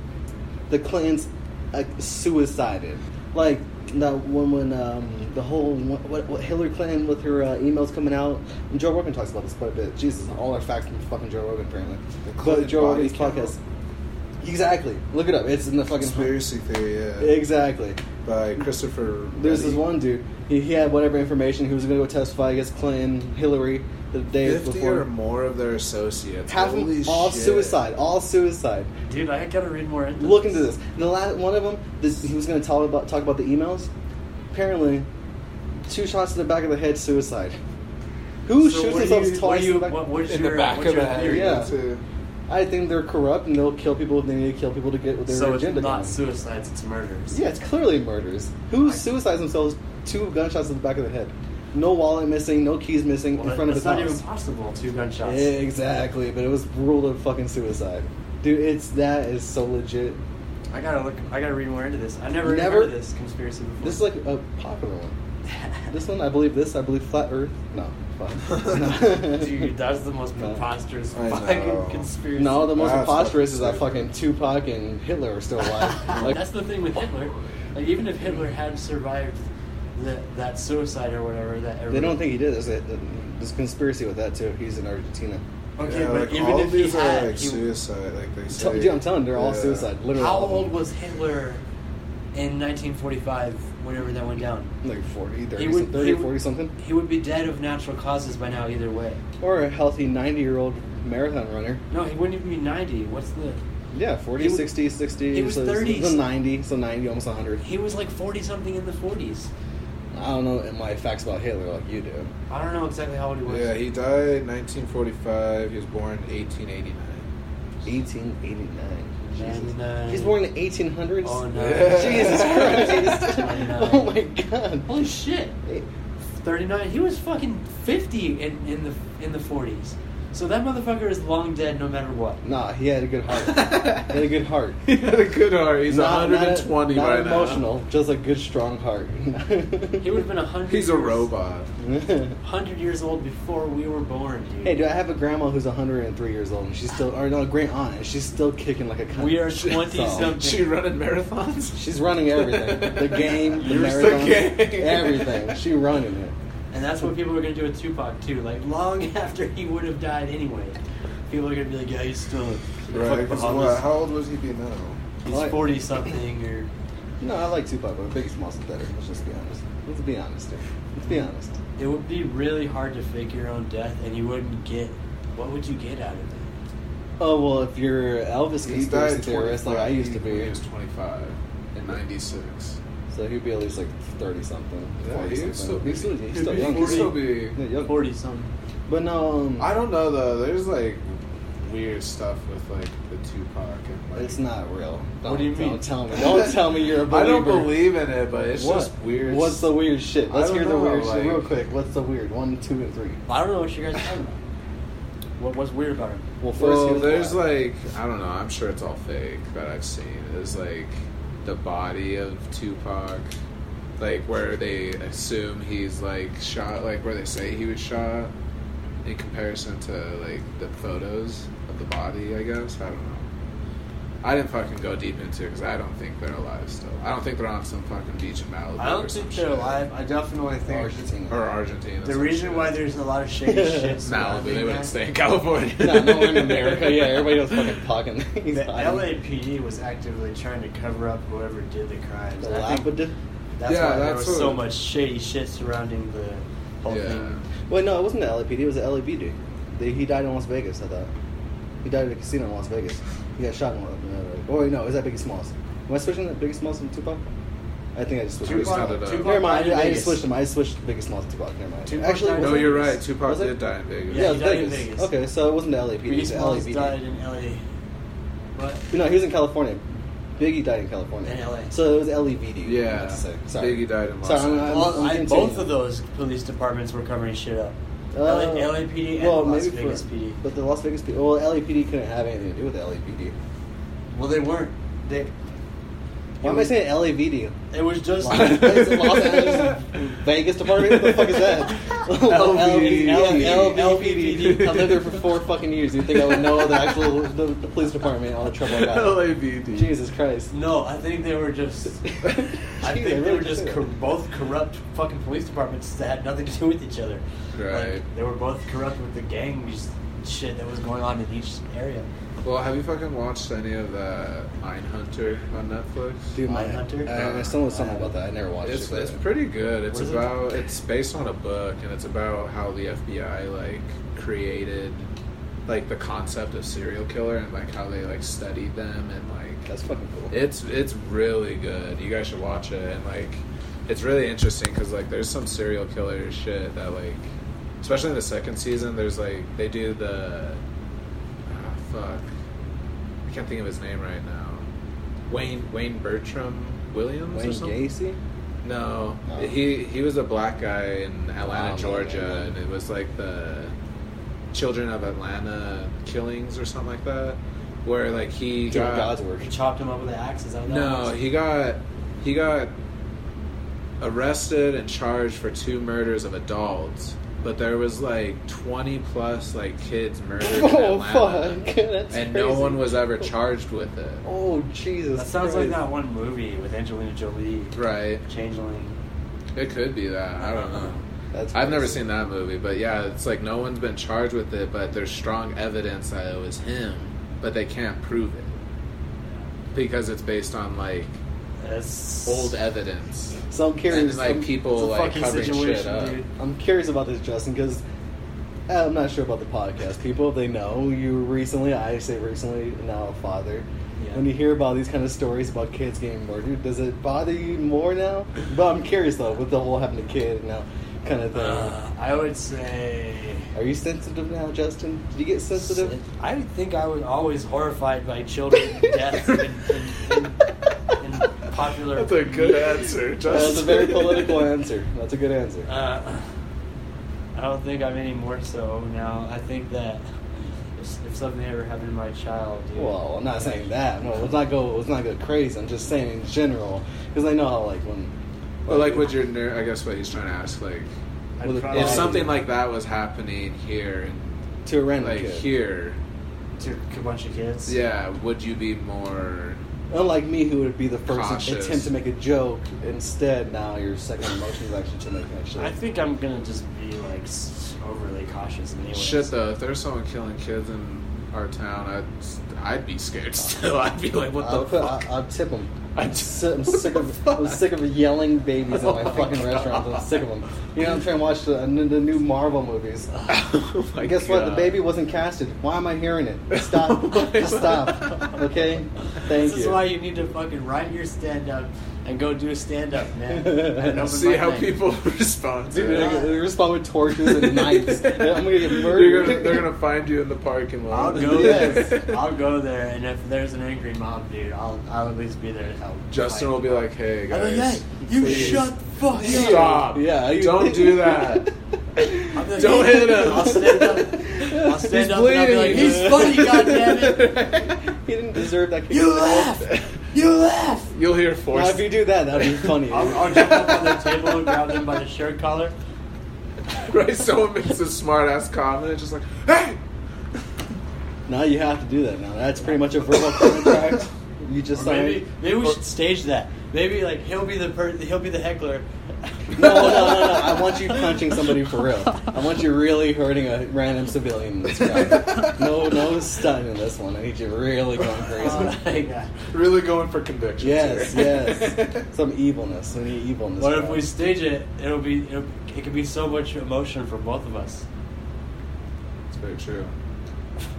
Speaker 2: the Clintons uh, suicided. Like that one when um, the whole what, what Hillary Clinton with her uh, emails coming out. And Joe Rogan talks about this quite a bit. Jesus, all our facts from fucking Joe Rogan apparently.
Speaker 3: The
Speaker 2: But
Speaker 3: Clinton
Speaker 2: Joe
Speaker 3: body
Speaker 2: Rogan's
Speaker 3: count.
Speaker 2: podcast. Exactly. Look it up. It's in the fucking
Speaker 3: Conspiracy theory. Yeah.
Speaker 2: Exactly.
Speaker 3: by Christopher.
Speaker 2: There's
Speaker 3: Reddy.
Speaker 2: this one dude. He, he had whatever information. He was going to go testify against Clinton, Hillary, the day
Speaker 3: Fifty
Speaker 2: before.
Speaker 3: or more of their associates.
Speaker 2: Half of
Speaker 3: Holy
Speaker 2: them all
Speaker 3: shit.
Speaker 2: suicide. All suicide.
Speaker 1: Dude, I gotta read more into
Speaker 2: Look into this. The last one of them. This he was going to talk about talk about the emails. Apparently, two shots to the back of the head. Suicide. Who
Speaker 1: So what
Speaker 2: shoots
Speaker 1: do you-
Speaker 2: themselves
Speaker 1: what
Speaker 2: twice?
Speaker 1: do you-
Speaker 2: in the back?
Speaker 1: what- what's
Speaker 3: in
Speaker 1: your,
Speaker 3: the back
Speaker 1: what's
Speaker 3: of
Speaker 1: your
Speaker 3: the head.
Speaker 1: theory?
Speaker 2: Yeah.
Speaker 3: too.
Speaker 2: I think they're corrupt and they'll kill people if they need to kill people to get what their
Speaker 1: So it's
Speaker 2: agenda.
Speaker 1: not
Speaker 2: done.
Speaker 1: suicides, it's murders.
Speaker 2: Yeah, it's clearly murders. Who suicides themselves two gunshots to the back of the head? No wallet missing, no keys missing
Speaker 1: Well,
Speaker 2: in front
Speaker 1: that's
Speaker 2: of his
Speaker 1: not
Speaker 2: house.
Speaker 1: even possible. Two gunshots.
Speaker 2: Exactly, but it was ruled a fucking suicide. Dude, it's that is so legit.
Speaker 1: I gotta look. I gotta read more into this. I never,
Speaker 2: Never-
Speaker 1: never heard of this conspiracy before.
Speaker 2: This is like a popular one. This one, I believe this, I believe flat earth. No, fuck. No.
Speaker 1: Dude, that's the most
Speaker 2: No.
Speaker 1: preposterous
Speaker 3: I know.
Speaker 1: fucking conspiracy.
Speaker 2: No, the most
Speaker 3: That's
Speaker 2: preposterous is that
Speaker 3: fucking
Speaker 2: fucking Tupac and Hitler are still alive. Like,
Speaker 1: that's the thing with Hitler. Like, even if Hitler had survived the, that suicide or whatever, that
Speaker 2: they don't think he did. There's a, there's a conspiracy with that too. He's in Argentina.
Speaker 1: Okay,
Speaker 3: Yeah,
Speaker 1: but
Speaker 3: like,
Speaker 1: even
Speaker 3: all
Speaker 1: if
Speaker 3: of
Speaker 1: he
Speaker 3: these
Speaker 1: had,
Speaker 3: are like
Speaker 1: he-
Speaker 3: suicide. Like they
Speaker 2: Tell-
Speaker 3: say.
Speaker 2: Dude, I'm telling, you, they're all
Speaker 3: Yeah.
Speaker 2: suicide. Literally,
Speaker 1: how
Speaker 2: all of them.
Speaker 1: old was Hitler in 1945? Whenever that went down,
Speaker 2: like 40, 30,
Speaker 1: He would-
Speaker 2: some- 30,
Speaker 1: he would-
Speaker 2: 40 something?
Speaker 1: he would be dead of natural causes by now. Either way,
Speaker 2: Or a healthy 90 year old marathon runner.
Speaker 1: no, he wouldn't even be 90. What's the
Speaker 2: Yeah, 40,
Speaker 1: He would-
Speaker 2: 60, 60.
Speaker 1: he was
Speaker 2: so it's
Speaker 1: 30s.
Speaker 2: the 90, so 90, almost 100.
Speaker 1: He was like 40 something in the 40s.
Speaker 2: I don't know my facts about Hitler like you do.
Speaker 1: I don't know exactly how old he was.
Speaker 3: Yeah, he died 1945. He was born 1889.
Speaker 2: 1889. Jesus.
Speaker 1: 99.
Speaker 2: He's born in the 1800s?
Speaker 1: Oh, no.
Speaker 3: Yeah.
Speaker 2: Jesus Christ.
Speaker 1: 99.
Speaker 2: oh my god.
Speaker 1: Holy shit.
Speaker 2: Hey,
Speaker 1: 39. He was fucking 50 in, in the in the 40s. So that motherfucker is long dead no matter what.
Speaker 2: Nah, he had a good heart. he had a good heart.
Speaker 3: He had a good heart. He's
Speaker 2: Not- not-
Speaker 3: 120
Speaker 2: not
Speaker 3: right
Speaker 2: emotional, just a good, strong heart.
Speaker 1: He would have been 100
Speaker 3: now. He's a
Speaker 1: years-
Speaker 3: robot.
Speaker 2: been.
Speaker 1: 100 years old before we were born, dude.
Speaker 2: Hey, dude, I have a grandma who's 103 years old, and she's still, or no, a great aunt, and she's still kicking like a cunt.
Speaker 1: We are
Speaker 2: So,
Speaker 1: 20 something.
Speaker 3: She running marathons.
Speaker 2: She's running everything. The game, the
Speaker 1: You're
Speaker 2: marathon,
Speaker 3: the game.
Speaker 2: everything. She running it.
Speaker 1: And that's what people are going to do with Tupac, too. Like, long after he would have died anyway. People are going to be like, yeah, he's still. he's
Speaker 3: Right.
Speaker 1: fucking
Speaker 3: 'cause
Speaker 1: Bahamas.
Speaker 3: what, how old was he be now?
Speaker 1: He's 40 something or.
Speaker 2: No, I like Tupac, but Biggie Smalls is better. Let's just be honest. Let's be honest. Dude. Let's be honest.
Speaker 1: It would be really hard to fake your own death, and you wouldn't get. What would you get out of it?
Speaker 2: Oh well, if you're Elvis
Speaker 3: He died
Speaker 2: conspiracy theorist like I
Speaker 3: 25.
Speaker 2: used to
Speaker 3: He
Speaker 2: be,
Speaker 3: was 25 in 96.
Speaker 2: so he'd be at least like 30 something,
Speaker 3: Yeah,
Speaker 2: 40
Speaker 3: he'd still
Speaker 2: something.
Speaker 3: be-
Speaker 2: He's still, he's
Speaker 3: he'd
Speaker 2: still
Speaker 3: be
Speaker 2: young.
Speaker 3: 40. He'd still be-
Speaker 2: Yeah, young.
Speaker 1: Forty something.
Speaker 2: But no, um,
Speaker 3: I don't know though. There's like weird stuff with like the Tupac and like.
Speaker 2: It's not real. Don't,
Speaker 1: do you
Speaker 2: don't
Speaker 1: mean?
Speaker 2: tell me. Don't tell me you're a believer.
Speaker 3: I don't believe in it, but it's
Speaker 2: What?
Speaker 3: just weird.
Speaker 2: What's the weird shit?
Speaker 3: I
Speaker 2: Let's
Speaker 3: don't
Speaker 2: hear the
Speaker 3: know,
Speaker 2: weird
Speaker 3: like-
Speaker 2: shit real quick. What's the weird? One, two, and three.
Speaker 1: I don't know what you guys are talking about. What what's weird about him?
Speaker 2: Well, first
Speaker 3: Well,
Speaker 2: he was
Speaker 3: there's
Speaker 2: black.
Speaker 3: like I don't know. I'm sure it's all fake that I've seen. Is like the body of Tupac, like where they assume he's like shot, like where they say he was shot, in comparison to like the photos of the body. I guess I don't know. I didn't fucking go deep into it because I don't think they're alive still. I don't think they're on some fucking beach in Malibu.
Speaker 1: I
Speaker 3: or
Speaker 1: don't
Speaker 3: some
Speaker 1: think they're
Speaker 3: shit.
Speaker 1: alive. I definitely think
Speaker 2: Argentina.
Speaker 3: Or Argentina.
Speaker 1: the
Speaker 3: some
Speaker 1: reason
Speaker 3: shit.
Speaker 1: why there's a lot of shady shit
Speaker 3: Malibu,
Speaker 1: surrounding
Speaker 3: they
Speaker 1: that-
Speaker 3: wouldn't stay in California.
Speaker 2: no, no one in America. Yeah, everybody was fucking talking. He's
Speaker 1: The
Speaker 2: hiding.
Speaker 1: LAPD was actively trying to cover up whoever did the crimes.
Speaker 2: The
Speaker 1: and I think
Speaker 2: lapid-
Speaker 1: that's
Speaker 3: Yeah,
Speaker 1: why there
Speaker 3: that's
Speaker 1: was so
Speaker 3: what-
Speaker 1: much shady shit surrounding the whole
Speaker 3: Yeah.
Speaker 1: thing.
Speaker 2: Wait, no, it wasn't the LAPD. It was the LAPD. They, he died in Las Vegas. I thought he died at a casino in Las Vegas. He got shot in one. Uh, or no, is that Biggie Smalls? Am I switching that Biggie Smalls and Tupac? I think I just switched.
Speaker 3: Tupac-
Speaker 2: Biggie Smalls.
Speaker 3: Tupac
Speaker 2: Never
Speaker 1: died
Speaker 2: mind.
Speaker 1: in
Speaker 2: I, I
Speaker 1: Vegas.
Speaker 2: just switched them. I switched Biggie Smalls to Tupac. Never mind.
Speaker 1: Tupac
Speaker 2: Actually,
Speaker 1: died-
Speaker 2: was
Speaker 3: No,
Speaker 2: it
Speaker 3: you're
Speaker 2: Vegas?
Speaker 3: right. Tupac
Speaker 2: Was it?
Speaker 3: did die in Vegas.
Speaker 2: Yeah,
Speaker 1: Yeah,
Speaker 2: it
Speaker 1: he
Speaker 2: was
Speaker 1: died in
Speaker 2: Vegas.
Speaker 1: Vegas.
Speaker 2: Okay, so it wasn't the LAPD.
Speaker 1: Biggie
Speaker 2: It was the
Speaker 1: Smalls
Speaker 2: LAPD.
Speaker 1: died in LA, but
Speaker 2: No, he was in California. Biggie died in California.
Speaker 1: In LA.
Speaker 2: So it was E LAPD.
Speaker 3: Yeah.
Speaker 2: I meant to say. Sorry.
Speaker 3: Biggie died in Los
Speaker 2: Sorry, I'm-
Speaker 3: Angeles.
Speaker 2: I'm-
Speaker 1: Well,
Speaker 2: I'm
Speaker 1: I-
Speaker 2: continuing.
Speaker 1: both of those police departments were covering shit up.
Speaker 2: Uh,
Speaker 1: LA, LAPD and Las Vegas
Speaker 2: for,
Speaker 1: PD.
Speaker 2: But the Las Vegas PD, well, LAPD couldn't have anything to do with LAPD.
Speaker 1: Well, they weren't. They.
Speaker 2: Why am I saying LAVD?
Speaker 1: It was just.
Speaker 2: Los Angeles, Los Angeles Vegas department? What the fuck is that?
Speaker 3: LVD.
Speaker 2: LVD. I lived there for four fucking years. You'd think I would know the actual the, the police department and all the trouble I got. in.
Speaker 3: LAVD.
Speaker 2: Jesus Christ.
Speaker 1: No, I think they were just. I
Speaker 2: Jeez,
Speaker 1: think they
Speaker 2: really
Speaker 1: were just
Speaker 2: did.
Speaker 1: cor- both corrupt fucking police departments that had nothing to do with each other.
Speaker 3: Right.
Speaker 1: Like, they were both corrupt with the gang shit that was going on in each area.
Speaker 3: Well, have you fucking watched any of that Hunter on Netflix?
Speaker 2: Dude, my
Speaker 1: Mindhunter?
Speaker 2: I, I, someone was talking about that. I never watched
Speaker 3: It's,
Speaker 2: it. but-
Speaker 3: it's pretty good. It's
Speaker 1: What is it?
Speaker 3: about it's based on a book and it's about how the FBI like created like the concept of serial killer and like how they like studied them and like
Speaker 2: That's fucking cool.
Speaker 3: it's it's really good. You guys should watch it and like it's really interesting because like there's some serial killer shit that like especially in the second season there's like they do the ah, fuck I can't think of his name right now Wayne Wayne Bertram Williams
Speaker 2: Wayne
Speaker 3: or something.
Speaker 2: Gacy?
Speaker 3: No,
Speaker 2: No.
Speaker 3: he he was a black guy in Atlanta,
Speaker 2: Oh, okay.
Speaker 3: Georgia, and it was like the Children of Atlanta killings or something like that, where like he
Speaker 2: Dude,
Speaker 3: got
Speaker 2: God's word.
Speaker 1: They chopped him up with an axe. Is that what that
Speaker 3: no,
Speaker 1: was?
Speaker 3: he got he got arrested and charged for two murders of adults, but there was like twenty plus like kids murdered
Speaker 2: Oh,
Speaker 3: in Atlanta,
Speaker 2: fuck. That's
Speaker 3: and no
Speaker 2: crazy.
Speaker 3: one was ever charged with it.
Speaker 2: Oh Jesus!
Speaker 1: That sounds like
Speaker 2: Christ.
Speaker 1: that one movie with Angelina Jolie,
Speaker 3: Right,
Speaker 1: Changeling.
Speaker 3: it could be that I don't know.
Speaker 2: That's
Speaker 3: I've never
Speaker 2: crazy.
Speaker 3: seen that movie, but yeah, it's like no one's been charged with it, but there's strong evidence that it was him, but they can't prove it because it's based on like
Speaker 1: That's
Speaker 3: old evidence.
Speaker 2: So I'm curious.
Speaker 3: And like
Speaker 2: I'm-
Speaker 1: It's a
Speaker 3: people like
Speaker 1: fucking
Speaker 3: covering shit
Speaker 1: situation,
Speaker 3: up.
Speaker 1: dude.
Speaker 2: I'm curious about this, Justin, because I'm not sure about the podcast. People, if they know you recently, I say recently, now a father.
Speaker 1: Yeah.
Speaker 2: When you hear about these kind of stories about kids getting murdered, does it bother you more now? But I'm curious though, with the whole having a kid and now kind of thing.
Speaker 1: Uh, I would say.
Speaker 2: Are you sensitive now, Justin? Did you get sensitive?
Speaker 1: I would think I was always horrified by children death in, in, in, in popular.
Speaker 3: That's a good answer,
Speaker 2: That's a
Speaker 3: Justin.
Speaker 2: very political answer. That's a good answer.
Speaker 1: Uh, I don't think I'm any more so now. I think that if, if something ever happened to my child, dude,
Speaker 2: Well, I'm not saying that. No, let's not go. Let's not go crazy. I'm just saying in general because I know how like when.
Speaker 3: But like with your ner- I guess what he's trying to ask, like
Speaker 1: I'd
Speaker 2: well, if
Speaker 1: probably
Speaker 3: if
Speaker 2: Oh,
Speaker 3: something
Speaker 2: yeah.
Speaker 3: like that was happening here and
Speaker 2: to a random
Speaker 3: like
Speaker 2: kid.
Speaker 3: here,
Speaker 1: to a bunch of kids,
Speaker 3: yeah, would you be more
Speaker 2: Unlike me, who would be the first
Speaker 3: Cautious.
Speaker 2: attempt to make a joke, instead now your second emotion is actually to make that shit.
Speaker 1: I think I'm gonna just be like s- overly cautious. Anyway,
Speaker 3: Shit, though, if there's someone killing kids in our town, I'd I'd be scared still. I'd be like, what the
Speaker 2: I'll, put,
Speaker 3: fuck?
Speaker 2: I'll, I'll tip them.
Speaker 3: I'd-
Speaker 2: I'm, si- I'm
Speaker 3: What the
Speaker 2: sick of
Speaker 3: fuck?
Speaker 2: I'm sick of yelling babies
Speaker 3: Oh
Speaker 2: at
Speaker 3: my
Speaker 2: my fucking
Speaker 3: God.
Speaker 2: restaurants. I'm sick of them. You know, I'm trying to watch the, the new Marvel movies.
Speaker 3: Oh my
Speaker 2: And Uh, guess what? The
Speaker 3: God.
Speaker 2: baby wasn't casted. Why am I hearing it? Stop!
Speaker 3: Oh my
Speaker 2: Just stop.
Speaker 3: God.
Speaker 2: Okay. Thank
Speaker 1: this
Speaker 2: you.
Speaker 1: is why you need to fucking write your stand up and go do a stand up, man.
Speaker 2: And
Speaker 1: open
Speaker 3: See
Speaker 1: mic
Speaker 3: how
Speaker 1: night.
Speaker 3: people respond to
Speaker 2: Dude,
Speaker 3: it.
Speaker 2: they're gonna- they're respond with torches and knives. I'm gonna get
Speaker 3: They're
Speaker 2: murdered.
Speaker 3: gonna, they're gonna find you in the parking lot.
Speaker 1: I'll go
Speaker 2: Yes.
Speaker 1: there. I'll go there, and if there's an angry mob, dude, I'll I'll at least be there to help.
Speaker 3: Justin
Speaker 1: fight.
Speaker 3: will be like, "Hey
Speaker 1: I'll
Speaker 3: guys,
Speaker 1: be like, "Hey, you
Speaker 3: please,
Speaker 1: shut the fuck up."
Speaker 3: Stop!
Speaker 2: Yeah, you-
Speaker 3: don't do that.
Speaker 1: I'll be like,
Speaker 3: Don't
Speaker 1: "Hey."
Speaker 3: hit him.
Speaker 1: I'll stand up. I'll stand up and I'll be like,
Speaker 3: bleeding.
Speaker 1: "He's funny, goddammit!
Speaker 2: He didn't deserve that. kick in
Speaker 1: You
Speaker 2: the head.
Speaker 1: laugh. You laugh."
Speaker 3: You'll hear
Speaker 2: Now,
Speaker 3: force.
Speaker 2: if you do that, that'd be funny.
Speaker 1: I'll, I'll jump up on their table and grab them by the shirt collar.
Speaker 3: right, someone makes a smart ass comment, it's just like, "Hey,
Speaker 2: now you have to do that. Now that's pretty much a verbal contract. You
Speaker 1: Or
Speaker 2: just signed.
Speaker 1: maybe maybe we should stage that. Maybe like he'll be the per- he'll be the heckler.
Speaker 2: No, no, no, no. I want you punching somebody for real. I want you really hurting a random civilian in this crowd. No, no stun in this one. I need you really going
Speaker 1: Oh
Speaker 2: crazy.
Speaker 1: my God.
Speaker 3: really going for conviction."
Speaker 2: Yes, yes. Some evilness. We need evilness.
Speaker 1: What if we stage it? It'll be it'll, it could be so much emotion for both of us.
Speaker 3: It's very true.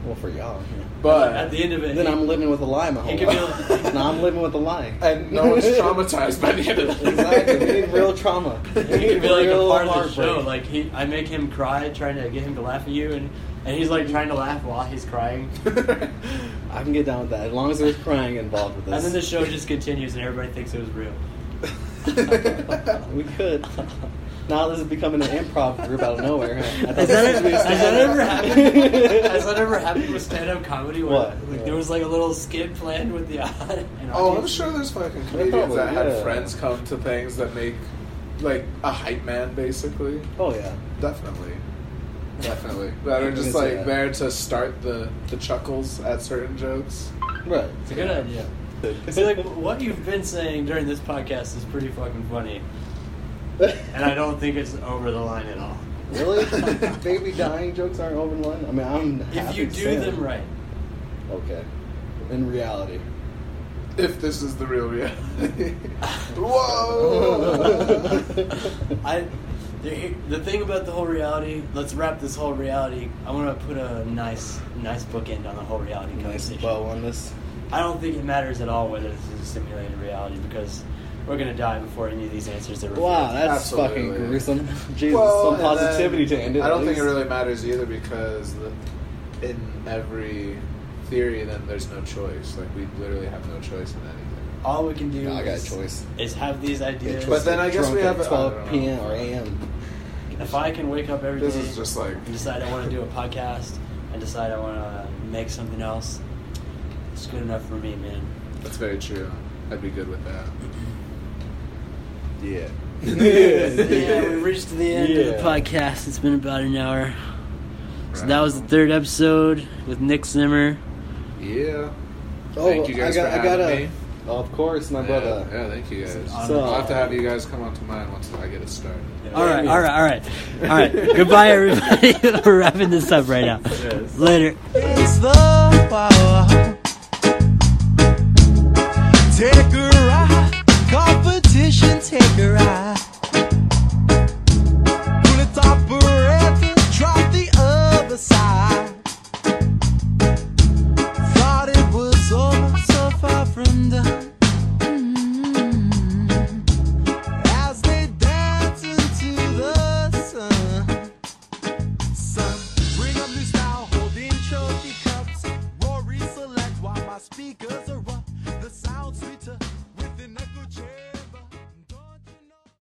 Speaker 2: Well, for y'all. yeah.
Speaker 3: But
Speaker 1: At the end of it,
Speaker 2: Then
Speaker 1: he-
Speaker 2: I'm living with a lie my whole
Speaker 1: It could
Speaker 2: life.
Speaker 1: be like-
Speaker 2: now I'm living with a lie.
Speaker 3: and no one's traumatized by the end of it.
Speaker 2: Exactly. We need real trauma. We
Speaker 1: He could
Speaker 2: need
Speaker 1: be like a
Speaker 2: real
Speaker 1: part of the
Speaker 2: heartbreak.
Speaker 1: show. Like he, I make him cry, trying to get him to laugh at you, and and he's like trying to laugh while he's crying.
Speaker 2: I can get down with that as long as there's crying involved with this.
Speaker 1: And then the show just continues, and everybody thinks it was real.
Speaker 2: we could. Now this is becoming an improv group out of nowhere. huh? I thought
Speaker 1: Has that,
Speaker 2: this was gonna be
Speaker 1: has that
Speaker 2: stand-up.
Speaker 1: ever happened? Has that ever happened with stand-up comedy? Where,
Speaker 2: What?
Speaker 1: Like, there was like a little skit planned with the odd. an
Speaker 3: oh, I'm
Speaker 1: audience?
Speaker 3: sure there's fucking
Speaker 2: Probably,
Speaker 3: comedians that had
Speaker 2: yeah.
Speaker 3: friends come to things that make like a hype man, basically.
Speaker 2: Oh yeah.
Speaker 3: Definitely, definitely. That are
Speaker 2: I'm
Speaker 3: just
Speaker 2: gonna say
Speaker 3: like
Speaker 2: that.
Speaker 3: there to start the the chuckles at certain jokes.
Speaker 2: Right.
Speaker 1: It's a good idea. See, like what you've been saying during this podcast is pretty fucking funny, and I don't think it's over the line at all.
Speaker 2: really? Baby dying jokes aren't over the line. I mean, I'm.
Speaker 1: If
Speaker 2: happy
Speaker 1: you
Speaker 2: to
Speaker 1: do
Speaker 2: say
Speaker 1: them right,
Speaker 2: Okay. In reality.
Speaker 3: If this is the real reality. Whoa!
Speaker 1: I the, the thing about the whole reality. Let's wrap this whole reality. I want to put a nice nice bookend on the whole reality
Speaker 2: nice
Speaker 1: conversation.
Speaker 2: bow on this.
Speaker 1: I don't think it matters at all whether this is a simulated reality because we're gonna die before any of these answers are. revealed.
Speaker 2: Wow, that's
Speaker 3: Absolutely.
Speaker 2: fucking gruesome. Jesus,
Speaker 3: Well,
Speaker 2: some
Speaker 3: and then
Speaker 2: positivity to end it.
Speaker 3: I don't
Speaker 2: at
Speaker 3: think it
Speaker 2: least.
Speaker 3: really matters either because the, in every theory, then there's no choice. Like we literally have no choice in anything.
Speaker 1: all we can do
Speaker 2: Nah, I got a
Speaker 1: is,
Speaker 2: choice.
Speaker 1: is have these ideas.
Speaker 3: But then I guess
Speaker 2: Drunk
Speaker 3: we have
Speaker 2: at
Speaker 3: a- I
Speaker 2: 12
Speaker 3: don't know.
Speaker 2: p.m. or a.m.
Speaker 1: if I can wake up every day
Speaker 3: This is just like
Speaker 1: and decide I want to do a podcast and decide I want to make something else, it's good enough for me, man.
Speaker 3: That's very true. I'd be good with that.
Speaker 2: Yeah.
Speaker 1: yeah, we reached the end of the
Speaker 2: Yeah.
Speaker 1: podcast. It's been about an hour. So
Speaker 3: Right.
Speaker 1: that was the third episode with Nick Zimmer.
Speaker 3: Yeah.
Speaker 2: Oh,
Speaker 3: Thank you guys
Speaker 2: I got,
Speaker 3: for
Speaker 2: I got
Speaker 3: having
Speaker 2: a,
Speaker 3: me.
Speaker 2: Of course, my
Speaker 3: yeah,
Speaker 2: brother.
Speaker 3: Yeah, thank you guys.
Speaker 1: It's an
Speaker 2: honor.
Speaker 3: I'll have to have you guys come on to mine once I get it started.
Speaker 1: All right, all right, all right, all right. Goodbye, everybody. We're wrapping this up right now. Later.
Speaker 4: It's the power. Take a ride, competition, take a ride. Pull it off a record, drop the other side. Thought it was over, so far from done. Mm. As they dance into the sun sun. Bring up new style, holding trophy cups. Rory select while my speakers are up. The sound sweeter.